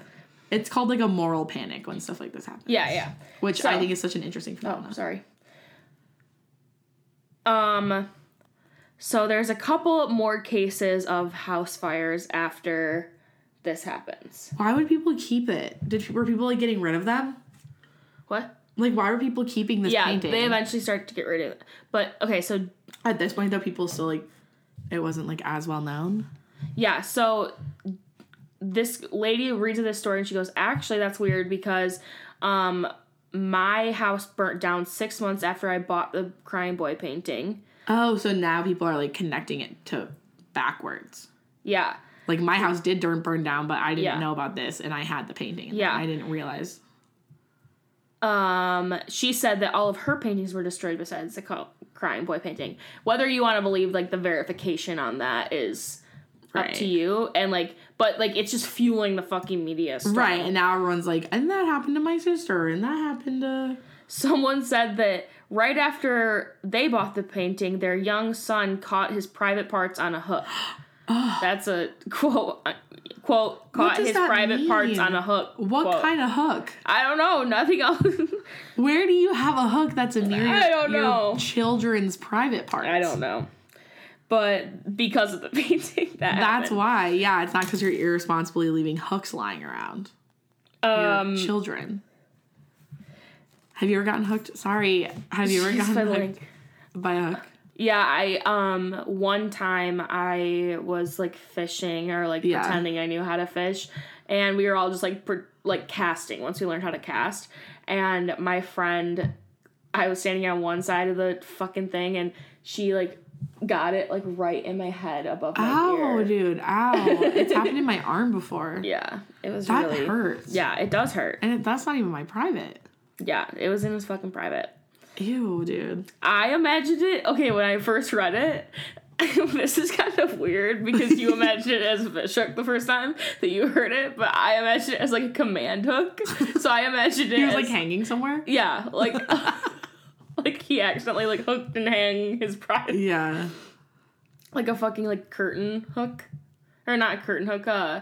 It's called like a moral panic when stuff like this happens.
yeah yeah
Which I
So-
think is such an interesting
Oh,
phenomenon.
sorry. Um, so there's a couple more cases of house fires after this happens.
Why would people keep it? Did were people like getting rid of them?
What?
Like why were people keeping this
Yeah,
painting?
they eventually start to get rid of it. But okay, so
At this point though, people still like it wasn't like as well known.
yeah, so this lady reads this story and she goes, "Actually, that's weird because um my house burnt down 6 months after I bought the crying boy painting."
Oh, so now people are like connecting it to backwards.
Yeah.
Like my house did burn burn down, but I didn't
Yeah.
know about this and I had the painting. and
Yeah.
I didn't realize.
Um, she said that all of her paintings were destroyed besides the co- crying boy painting. Whether you want to believe like the verification on that is up
Right.
to you, and like, but like it's just fueling the fucking media. Storm.
Right, and now everyone's like, and that happened to my sister, and that happened to.
Someone said that right after they bought the painting, their young son caught his private parts on a hook. That's a quote. uh, Quote caught
does
his
that
private parts
mean?
on a hook.
What
quote.
kind of hook?
I don't know. Nothing else.
Where do you have a hook that's in your,
I don't
your
know.
children's private parts?
I don't know. But because of the painting, that
That's
happened.
why, yeah, it's not because you're irresponsibly leaving hooks lying around. Your
um,
children. Have you ever gotten hooked? Sorry, have you ever
she's
gotten
fiddling.
hooked by a hook?
Yeah, I um one time I was like fishing or like
Yeah.
pretending I knew how to fish, and we were all just like pre- like casting once we learned how to cast, and my friend, I was standing on one side of the fucking thing, and she like got it like right in my head above my
Ow,
ear.
dude, ow! it's happened in my arm before.
Yeah, it was
that
really
hurts.
Yeah, it does hurt.
and it, that's not even my private.
Yeah, it was in his fucking private.
Ew, dude.
I imagined it. Okay, when I first read it, this is kind of weird because you imagined it as a fish hook the first time that you heard it, but I imagined it as like a command hook. So I imagined it.
He was
as,
like hanging somewhere.
yeah, like like he accidentally like hooked and hang his pride
Yeah.
like a fucking like curtain hook, or not a curtain hook, uh,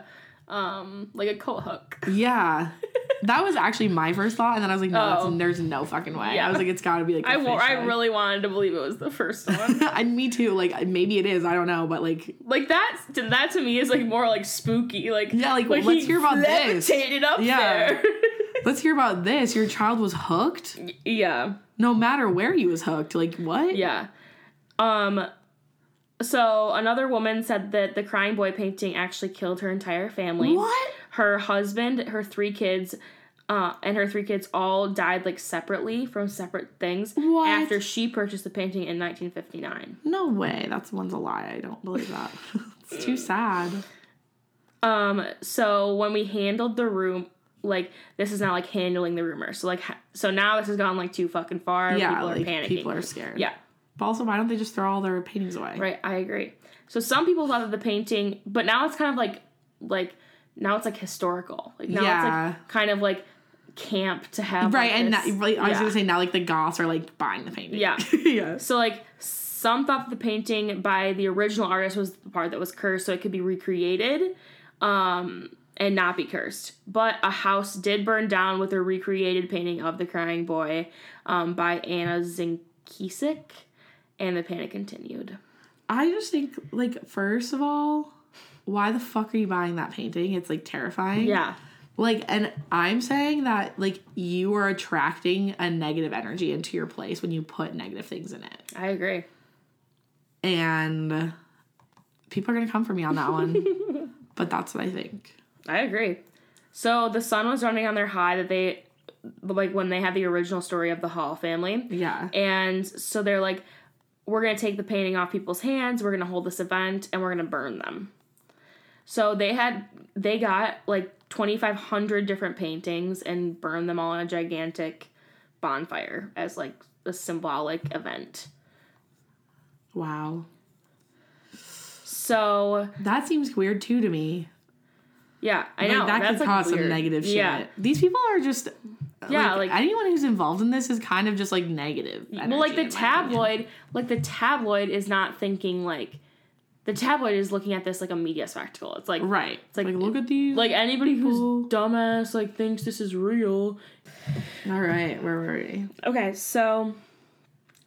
um, like a coat hook.
Yeah. That was actually my first thought, and then I was like, no,
Oh.
that's, there's no fucking way.
Yeah.
I was like, it's gotta be like. I
I wa- I really wanted to believe it was the first one.
and me too. Like maybe it is. I don't know, but like
like that that to me is like more like spooky like
Yeah, like, let's
he
hear about this.
levitated up
Yeah.
there
let's hear about this. Your child was hooked,
yeah
no matter where he was hooked. Like what?
yeah um so another woman said that the crying boy painting actually killed her entire family
What?
her husband her three kids uh, and her three kids all died like separately from separate things
What?
after she purchased the painting in 1959
No way. That's one's a lie. I don't believe that. it's too sad.
Um, so when we handled the room, like this is not like handling the rumor. So like, ha- so now this has gone like too fucking far.
Yeah,
people
like
are panicking.
people are scared.
yeah,
But also, why don't they just throw all their paintings away?
right. I agree. So some people thought that the painting, but now it's kind of like, like now it's like historical. Like now
Yeah.
it's like kind of like camp to have.
Right,
like,
and
this-
now- right, I was
yeah.
gonna say now, like the goths are like buying the painting.
Yeah.
yes.
So like some thought that the painting by the original artist was the part that was cursed, so it could be recreated, um, and not be cursed. But a house did burn down with a recreated painting of the crying boy, um, by Anna Zinkisic, and the panic continued.
I just think, like, first of all, why the fuck are you buying that painting? It's like terrifying.
Yeah,
Like, and I'm saying that, like, you are attracting a negative energy into your place when you put negative things in it.
I agree.
And people are gonna come for me on that one. but that's what I think.
I agree. So the sun was running on their high that they, like when they had the original story of the Hall family.
Yeah.
And so they're like, we're going to take the painting off people's hands, we're going to hold this event, and we're going to burn them. So they had, they got like 2,500 different paintings and burned them all in a gigantic bonfire as like a symbolic event.
Wow.
So
That seems weird too to me.
yeah, I
Like,
know
that
that's
could
like,
cause some
weird.
negative shit.
Yeah,
These people are just
yeah, like,
like, anyone who's involved in this is kind of just like negative.
well, like
energy,
the
in my opinion.
tabloid, like the tabloid is not thinking like, the tabloid is looking at this like a media spectacle. It's like
Right.
It's like-
like look at these.
Like anybody
People-
who's dumbass like thinks this is real.
All right, where were we?
Okay, so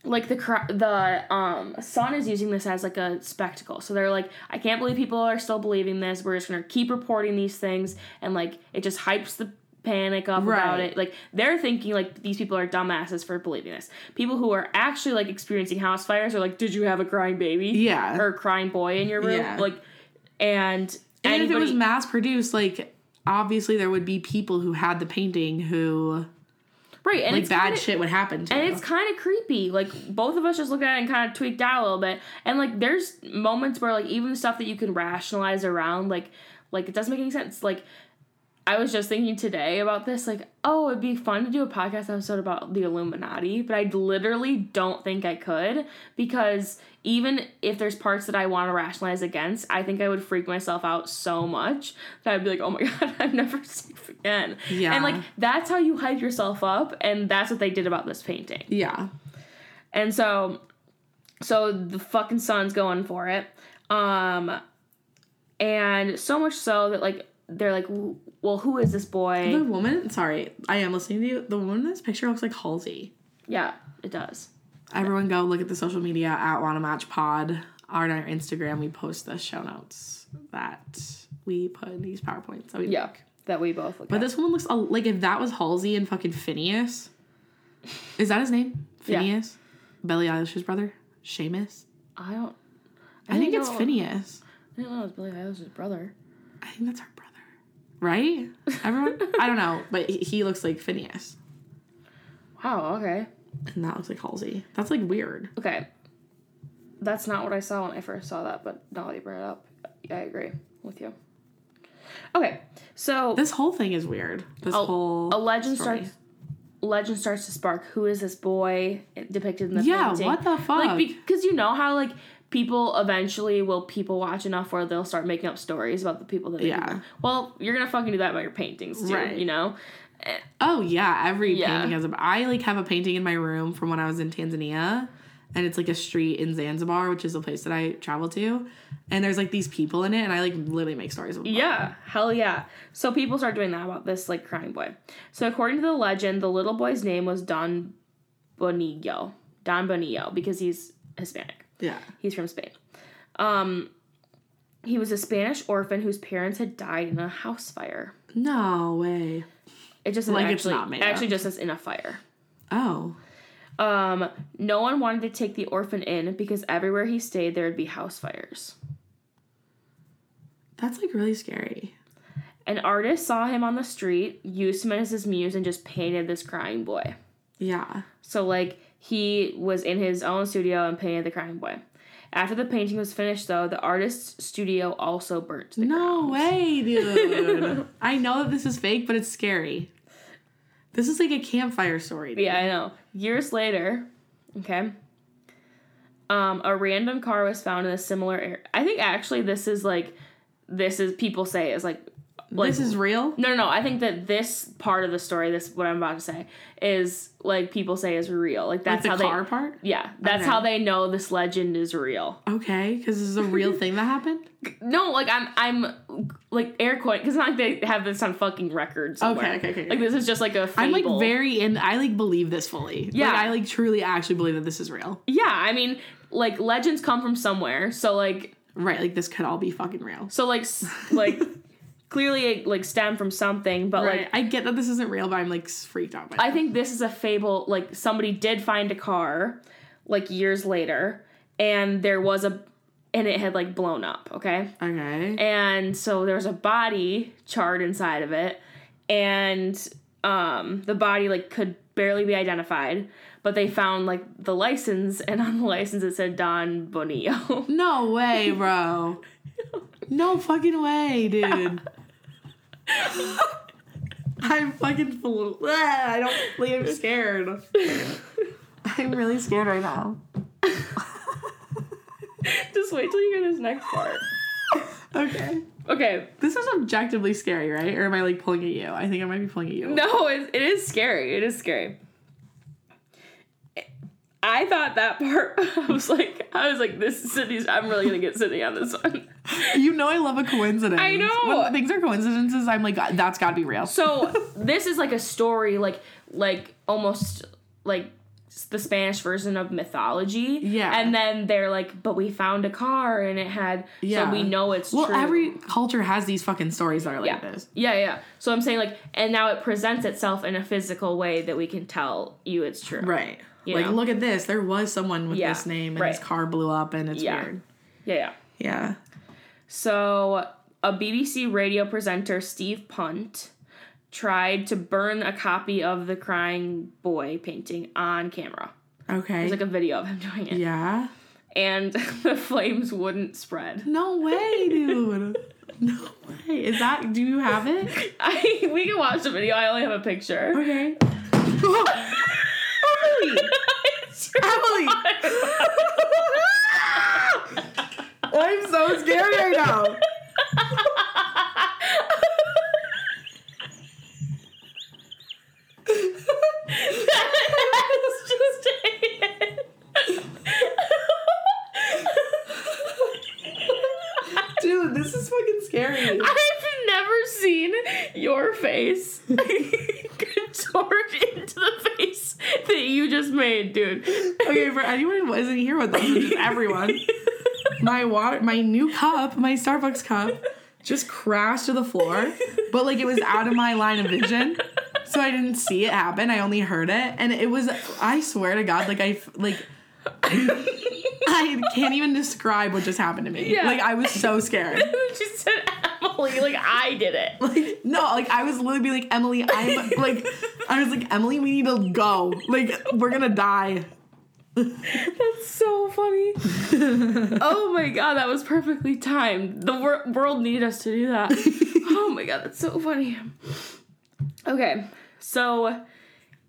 like the cr- the um sun is using this as like a spectacle. So they're like, I can't believe people are still believing this. We're just gonna keep reporting these things, and like it just hypes the panic up about
Right.
it. Like they're thinking like these people are dumbasses for believing this. People who are actually like experiencing house fires are like, did you have a crying baby?
Yeah.
or crying boy in your room?
Yeah.
Like, and.
and if it
anybody-
was mass produced, like obviously there would be people who had the painting who
right, and
like
it's
bad
kinda-
shit would happen to.
And
you.
it's kind of creepy. Like both of us just looked at it and kind of tweaked out a little bit. And like there's moments where like even stuff that you can rationalize around, like like it doesn't make any sense. Like I was just thinking today about this, like, oh, it'd be fun to do a podcast episode about the Illuminati, but I literally don't think I could because even if there's parts that I want to rationalize against, I think I would freak myself out so much that I'd be like, oh my God, I'm never safe again.
Yeah.
And like, that's how you hype yourself up, and that's what they did about this painting.
Yeah.
And so so the fucking son's going for it. Um and so much so that like they're like, well, who is this
The
boy?
woman, sorry, I am listening to you. The woman in this picture looks like Halsey.
Yeah, it does.
Everyone go look at the social media at Wanna Match Pod. On our Instagram, we post the show notes that we put in these PowerPoints. That we
Yeah, that we both look.
But
at.
this woman looks a- like if that was Halsey and fucking Phineas. Is that his name?
Yeah.
Phineas? Billie Eilish's brother? Seamus?
I don't.
I, think
didn't
it's
know-
Phineas.
I didn't know it was Billy Eilish's brother.
I think that's her brother. Right? Everyone? I don't know, but he, he looks like Phineas.
Wow. Okay.
And that looks like Halsey. That's like weird.
Okay. That's not what I saw when I first saw that, but now that you bring it up, I agree with you. Okay, so
This whole thing is weird. This
A-
whole
a legend
story.
starts legend starts to spark who is this boy depicted in the
Yeah,
painting
what the fuck?
like because you know how like people eventually will people watch enough where they'll start making up stories about the people that they
Yeah.
well you're gonna fucking do that about your paintings too
Right.
you know
oh yeah, every
Yeah.
painting has a. I like have a painting in my room from when I was in Tanzania, and it's like a street in Zanzibar, which is a place that I travel to, and there's like these people in it, and I like literally make stories. About
Yeah, hell yeah. So people start doing that about this like crying boy. So according to the legend, the little boy's name was Don Bonillo. Don Bonillo because he's Hispanic.
yeah,
He's from Spain. Um he was a Spanish orphan whose parents had died in a house fire.
no way.
It just
Like,
actually,
it's not made
actually just says in a fire.
Oh,
Um, no one wanted to take the orphan in because everywhere he stayed there would be house fires.
that's like really scary.
An artist saw him on the street, used him as his muse, and just painted this crying boy.
Yeah,
So like he was in his own studio and painted the crying boy. After the painting was finished, though, the artist's studio also burnt. to The
no
ground.
way, dude. I know that this is fake, but it's scary. This is like a campfire story. dude.
Yeah, I know. Years later, okay. Um, a random car was found in a similar area. I think actually this is like, this is people say is like, like
this is real.
no, no, no. I think that this part of the story, this what I'm about to say, is like people say is real. Like
Like
that's
the
how
car
they,
part.
yeah, that's
Okay.
how they know this legend is real.
Okay, because this is a real thing that happened.
No, like I'm, I'm like air quoting because not like they have this on fucking record somewhere.
Okay, okay, okay, okay.
Like this is just like a
I'm
fable.
like very in. I like believe this fully.
Yeah.
Yeah, I like truly actually believe that this is real.
yeah. I mean, like legends come from somewhere, so like,
Right, like this could all be fucking real.
so like, s- like clearly it like stemmed from something, but
Right,
like.
I get that this isn't real, but I'm like freaked out by.
I think this is a fable. Like somebody did find a car, like years later, and there was a, and it had like blown up. Okay,
it. okay.
and so there's a body charred inside of it and um the body like could barely be identified but they found like the license and on the license it said don bonillo
No way, bro. no fucking way, dude. I'm fucking. fl- Ah, I don't. Like, I'm scared. I'm really scared right now.
just wait till you get his next part
Okay.
okay
This is objectively scary, right? Or am I like pulling at you? I think I might be pulling at you.
no it, it is scary it is scary i thought that part i was like i was like this is sydney's i'm really gonna get sydney on this one
You know I love a coincidence.
I know.
When things are coincidences, I'm like, "God, that's gotta be real.
So this is like a story, like like almost like s- the Spanish version of mythology.
Yeah.
And then they're like, but we found a car and it had.
Yeah.
So we know it's
well,
true.
every culture has these fucking stories that are like
yeah.
this.
yeah, yeah. So I'm saying like, and now it presents itself in a physical way that we can tell you it's true.
Right.
You
like,
know.
look at this. There was someone with
Yeah,
this name and his
right.
car blew up and it's
Yeah.
weird.
Yeah, yeah.
Yeah.
So a BBC radio presenter, Steve Punt, tried to burn a copy of the crying boy painting on camera.
Okay.
There's like a video of him doing it.
yeah.
and the flames wouldn't spread.
No way, dude. No way. Is that? Do you have it?
I we can watch the video. I only have a picture.
Okay. Emily.
It's your
Emily! I'm so scared right now.
That's just it.
Dude, this is fucking scary.
I've never seen your face contort into the face that you just made, dude.
Okay, for anyone who isn't here with us, which is everyone, my water, my new cup, my Starbucks cup, just crashed to the floor. But like it was out of my line of vision, so I didn't see it happen. I only heard it, and it was. I swear to God, like I f- like. I can't even describe what just happened to me.
Yeah.
Like I was so scared.
she said Emily, like I did it.
Like no, like I was literally being like Emily, I'm like I was like Emily, we need to go. Like we're gonna die.
That's so funny. oh my god, that was perfectly timed. The wor- world needed us to do that. oh my god, that's so funny. Okay, so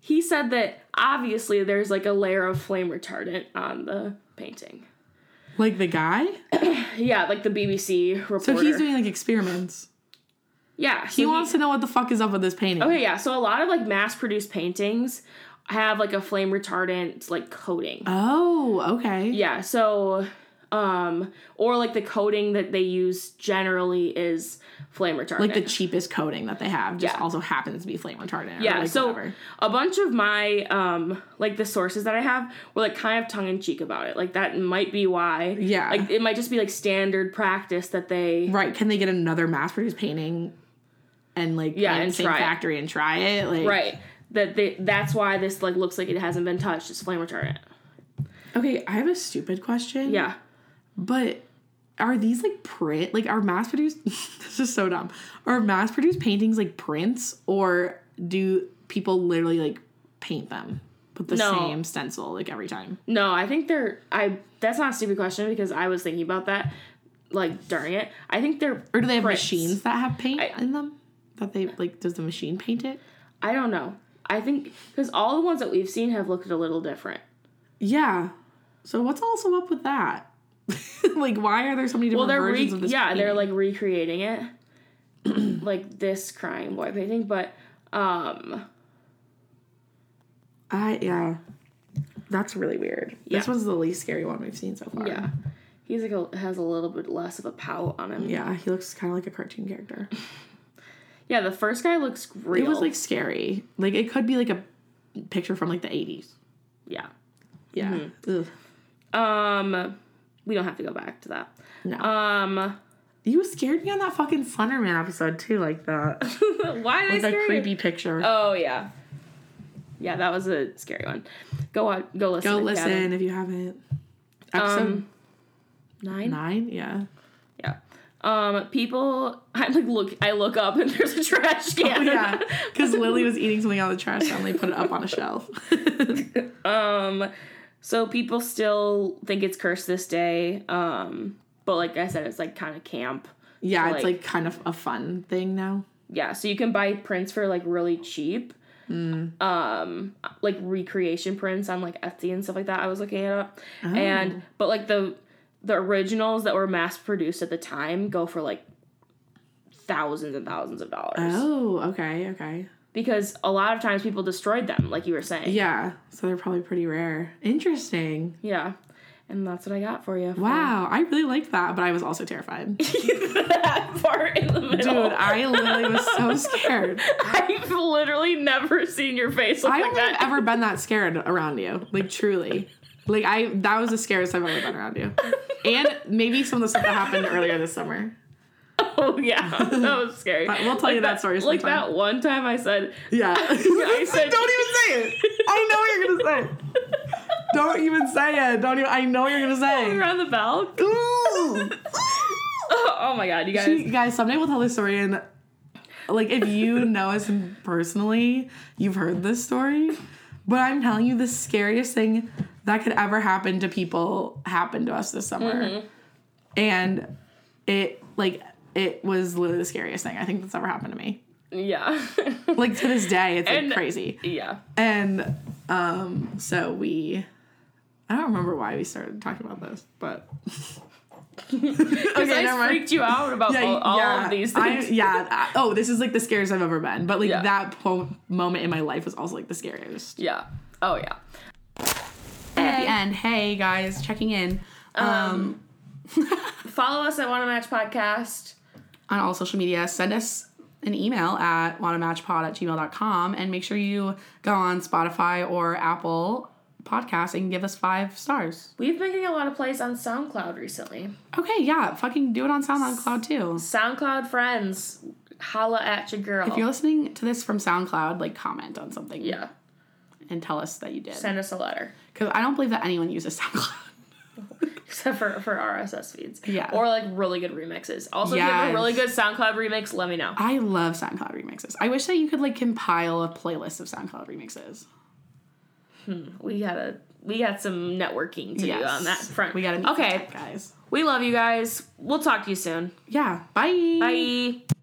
he said that obviously there's like a layer of flame retardant on the painting.
Like the guy.
Yeah, like the BBC
So
reporter.
he's doing like experiments.
yeah, so
He wants to know what the fuck is up with this painting.
Okay, yeah. So a lot of like mass-produced paintings have like a flame retardant like coating.
Oh, okay.
Yeah, so um or like the coating that they use generally is flame retardant.
Like the cheapest coating that they have just
Yeah.
also happens to be flame retardant. Or
yeah,
like
so
whatever.
a bunch of my um like the sources that I have were like kind of tongue in cheek about it. Like that might be why.
Yeah.
Like it might just be like standard practice that they
right? Can they get another mass produced painting and like
Yeah,
in
and
the same
try it.
factory and try it? Like
right that they that's why this like looks like it hasn't been touched. It's flame retardant.
Okay, I have a stupid question.
Yeah.
But are these like print like are mass produced this is so dumb. Are mass produced paintings like prints or do people literally like paint them with the
No.
same stencil like every time?
No, I think they're I that's not a stupid question because I was thinking about that like during it. I think they're
Or do they have
Prints.
machines that have paint
I-
in them? That they like does the machine paint it?
I don't know. I think because all the ones that we've seen have looked a little different.
Yeah. So what's also up with that? like why are there so many
Well,
different
they're re-
versions of this?
yeah, they're
painting?
like recreating it, like this crying boy painting. But um,
I yeah. That's really weird. This
Yeah.
was the least scary one we've seen so far.
yeah, he's like a, has a little bit less of a pout on him. Yeah,
Yeah, he looks kind of like a cartoon character.
the first guy looks real.
It was like scary. Like it could be like a picture from like the eighties.
yeah.
Yeah. Ugh.
Um, we don't have to go back to that.
No.
Um,
you scared me on that fucking Slenderman episode too, like that.
why did
With
I
that
scare you?
creepy picture.
Oh yeah, yeah, that was a scary one. Go on, go listen.
Go
if you
listen
haven't.
if you haven't. Episode
Um, Nine.
nine. Yeah.
Yeah. Um, people, I like look, I look up and there's a trash
Oh,
can.
yeah. Because Lily was eating something out of the trash and they put it up on a shelf.
Um, so people still think it's cursed this day. Um, but like I said, it's like kind of camp.
yeah, it's
Like-
like kind of a fun thing now.
Yeah. So you can buy prints for like really cheap.
Mm.
Um, like recreation prints on like Etsy and stuff like that. I was looking it up,
Oh.
and but like the the originals that were mass produced at the time go for like thousands and thousands of dollars.
Oh, okay, okay.
because a lot of times people destroyed them, like you were saying.
Yeah. So they're probably pretty rare. Interesting.
Yeah. And that's what I got for you. for
Wow, I really liked that, but I was also terrified. Dude,
that part in the middle.
I literally was so scared.
I've literally never seen your face look
I
like
don't think
that.
I've ever been that scared around you. Like truly. Like I that was the scariest I've ever been around you. And maybe some of the stuff that happened earlier this summer.
Oh yeah, that was scary.
But we'll tell you that story
Like
sometime.
that one time I said,
Yeah.
I said-
don't even say it. I know what you're gonna say. Don't even say it. Don't even I know what you're
"Ring
gonna say.
around the bell.
Ooh.
oh my god, you guys.
She- guys, someday we'll tell this story and like if you know us personally, you've heard this story. But I'm telling you, the scariest thing that could ever happen to people happened to us this summer. And it like it was literally the scariest thing I think that's ever happened to me.
Yeah.
Like to this day, it's like
And-
crazy.
yeah.
And um, so we, I don't remember why we started talking about this, but
Because
Okay,
I
never mind.
freaked you out about all, all of these
I-
things.
yeah. I- oh, this is like the scariest I've ever been. But like
Yeah.
that po- moment in my life was also like the scariest.
yeah. Oh yeah.
And at the end, hey guys, checking in um,
Follow us at Wanna Match Podcast.
on all social media. Send us an email at wannamatchpod at gmail.com and make sure you go on Spotify or Apple Podcasts and give us five stars.
We've been getting a lot of plays on SoundCloud recently.
Okay, yeah, fucking do it on SoundCloud too.
SoundCloud friends, holla at your girl.
If you're listening to this from SoundCloud, like comment on something
yeah.
and tell us that you did.
Send us a letter.
Because I don't believe that anyone uses SoundCloud.
Except for, for RSS feeds.
Yeah.
Or like really good remixes. Also, if you have a
Yes.
really good SoundCloud remix, let me know.
I love SoundCloud remixes. I wish that you could like compile a playlist of SoundCloud remixes.
We got to we got some networking to do
Yes.
on that front.
We gotta meet
Okay.
okay. guys.
We love you guys. We'll talk to you soon.
Yeah.
Bye.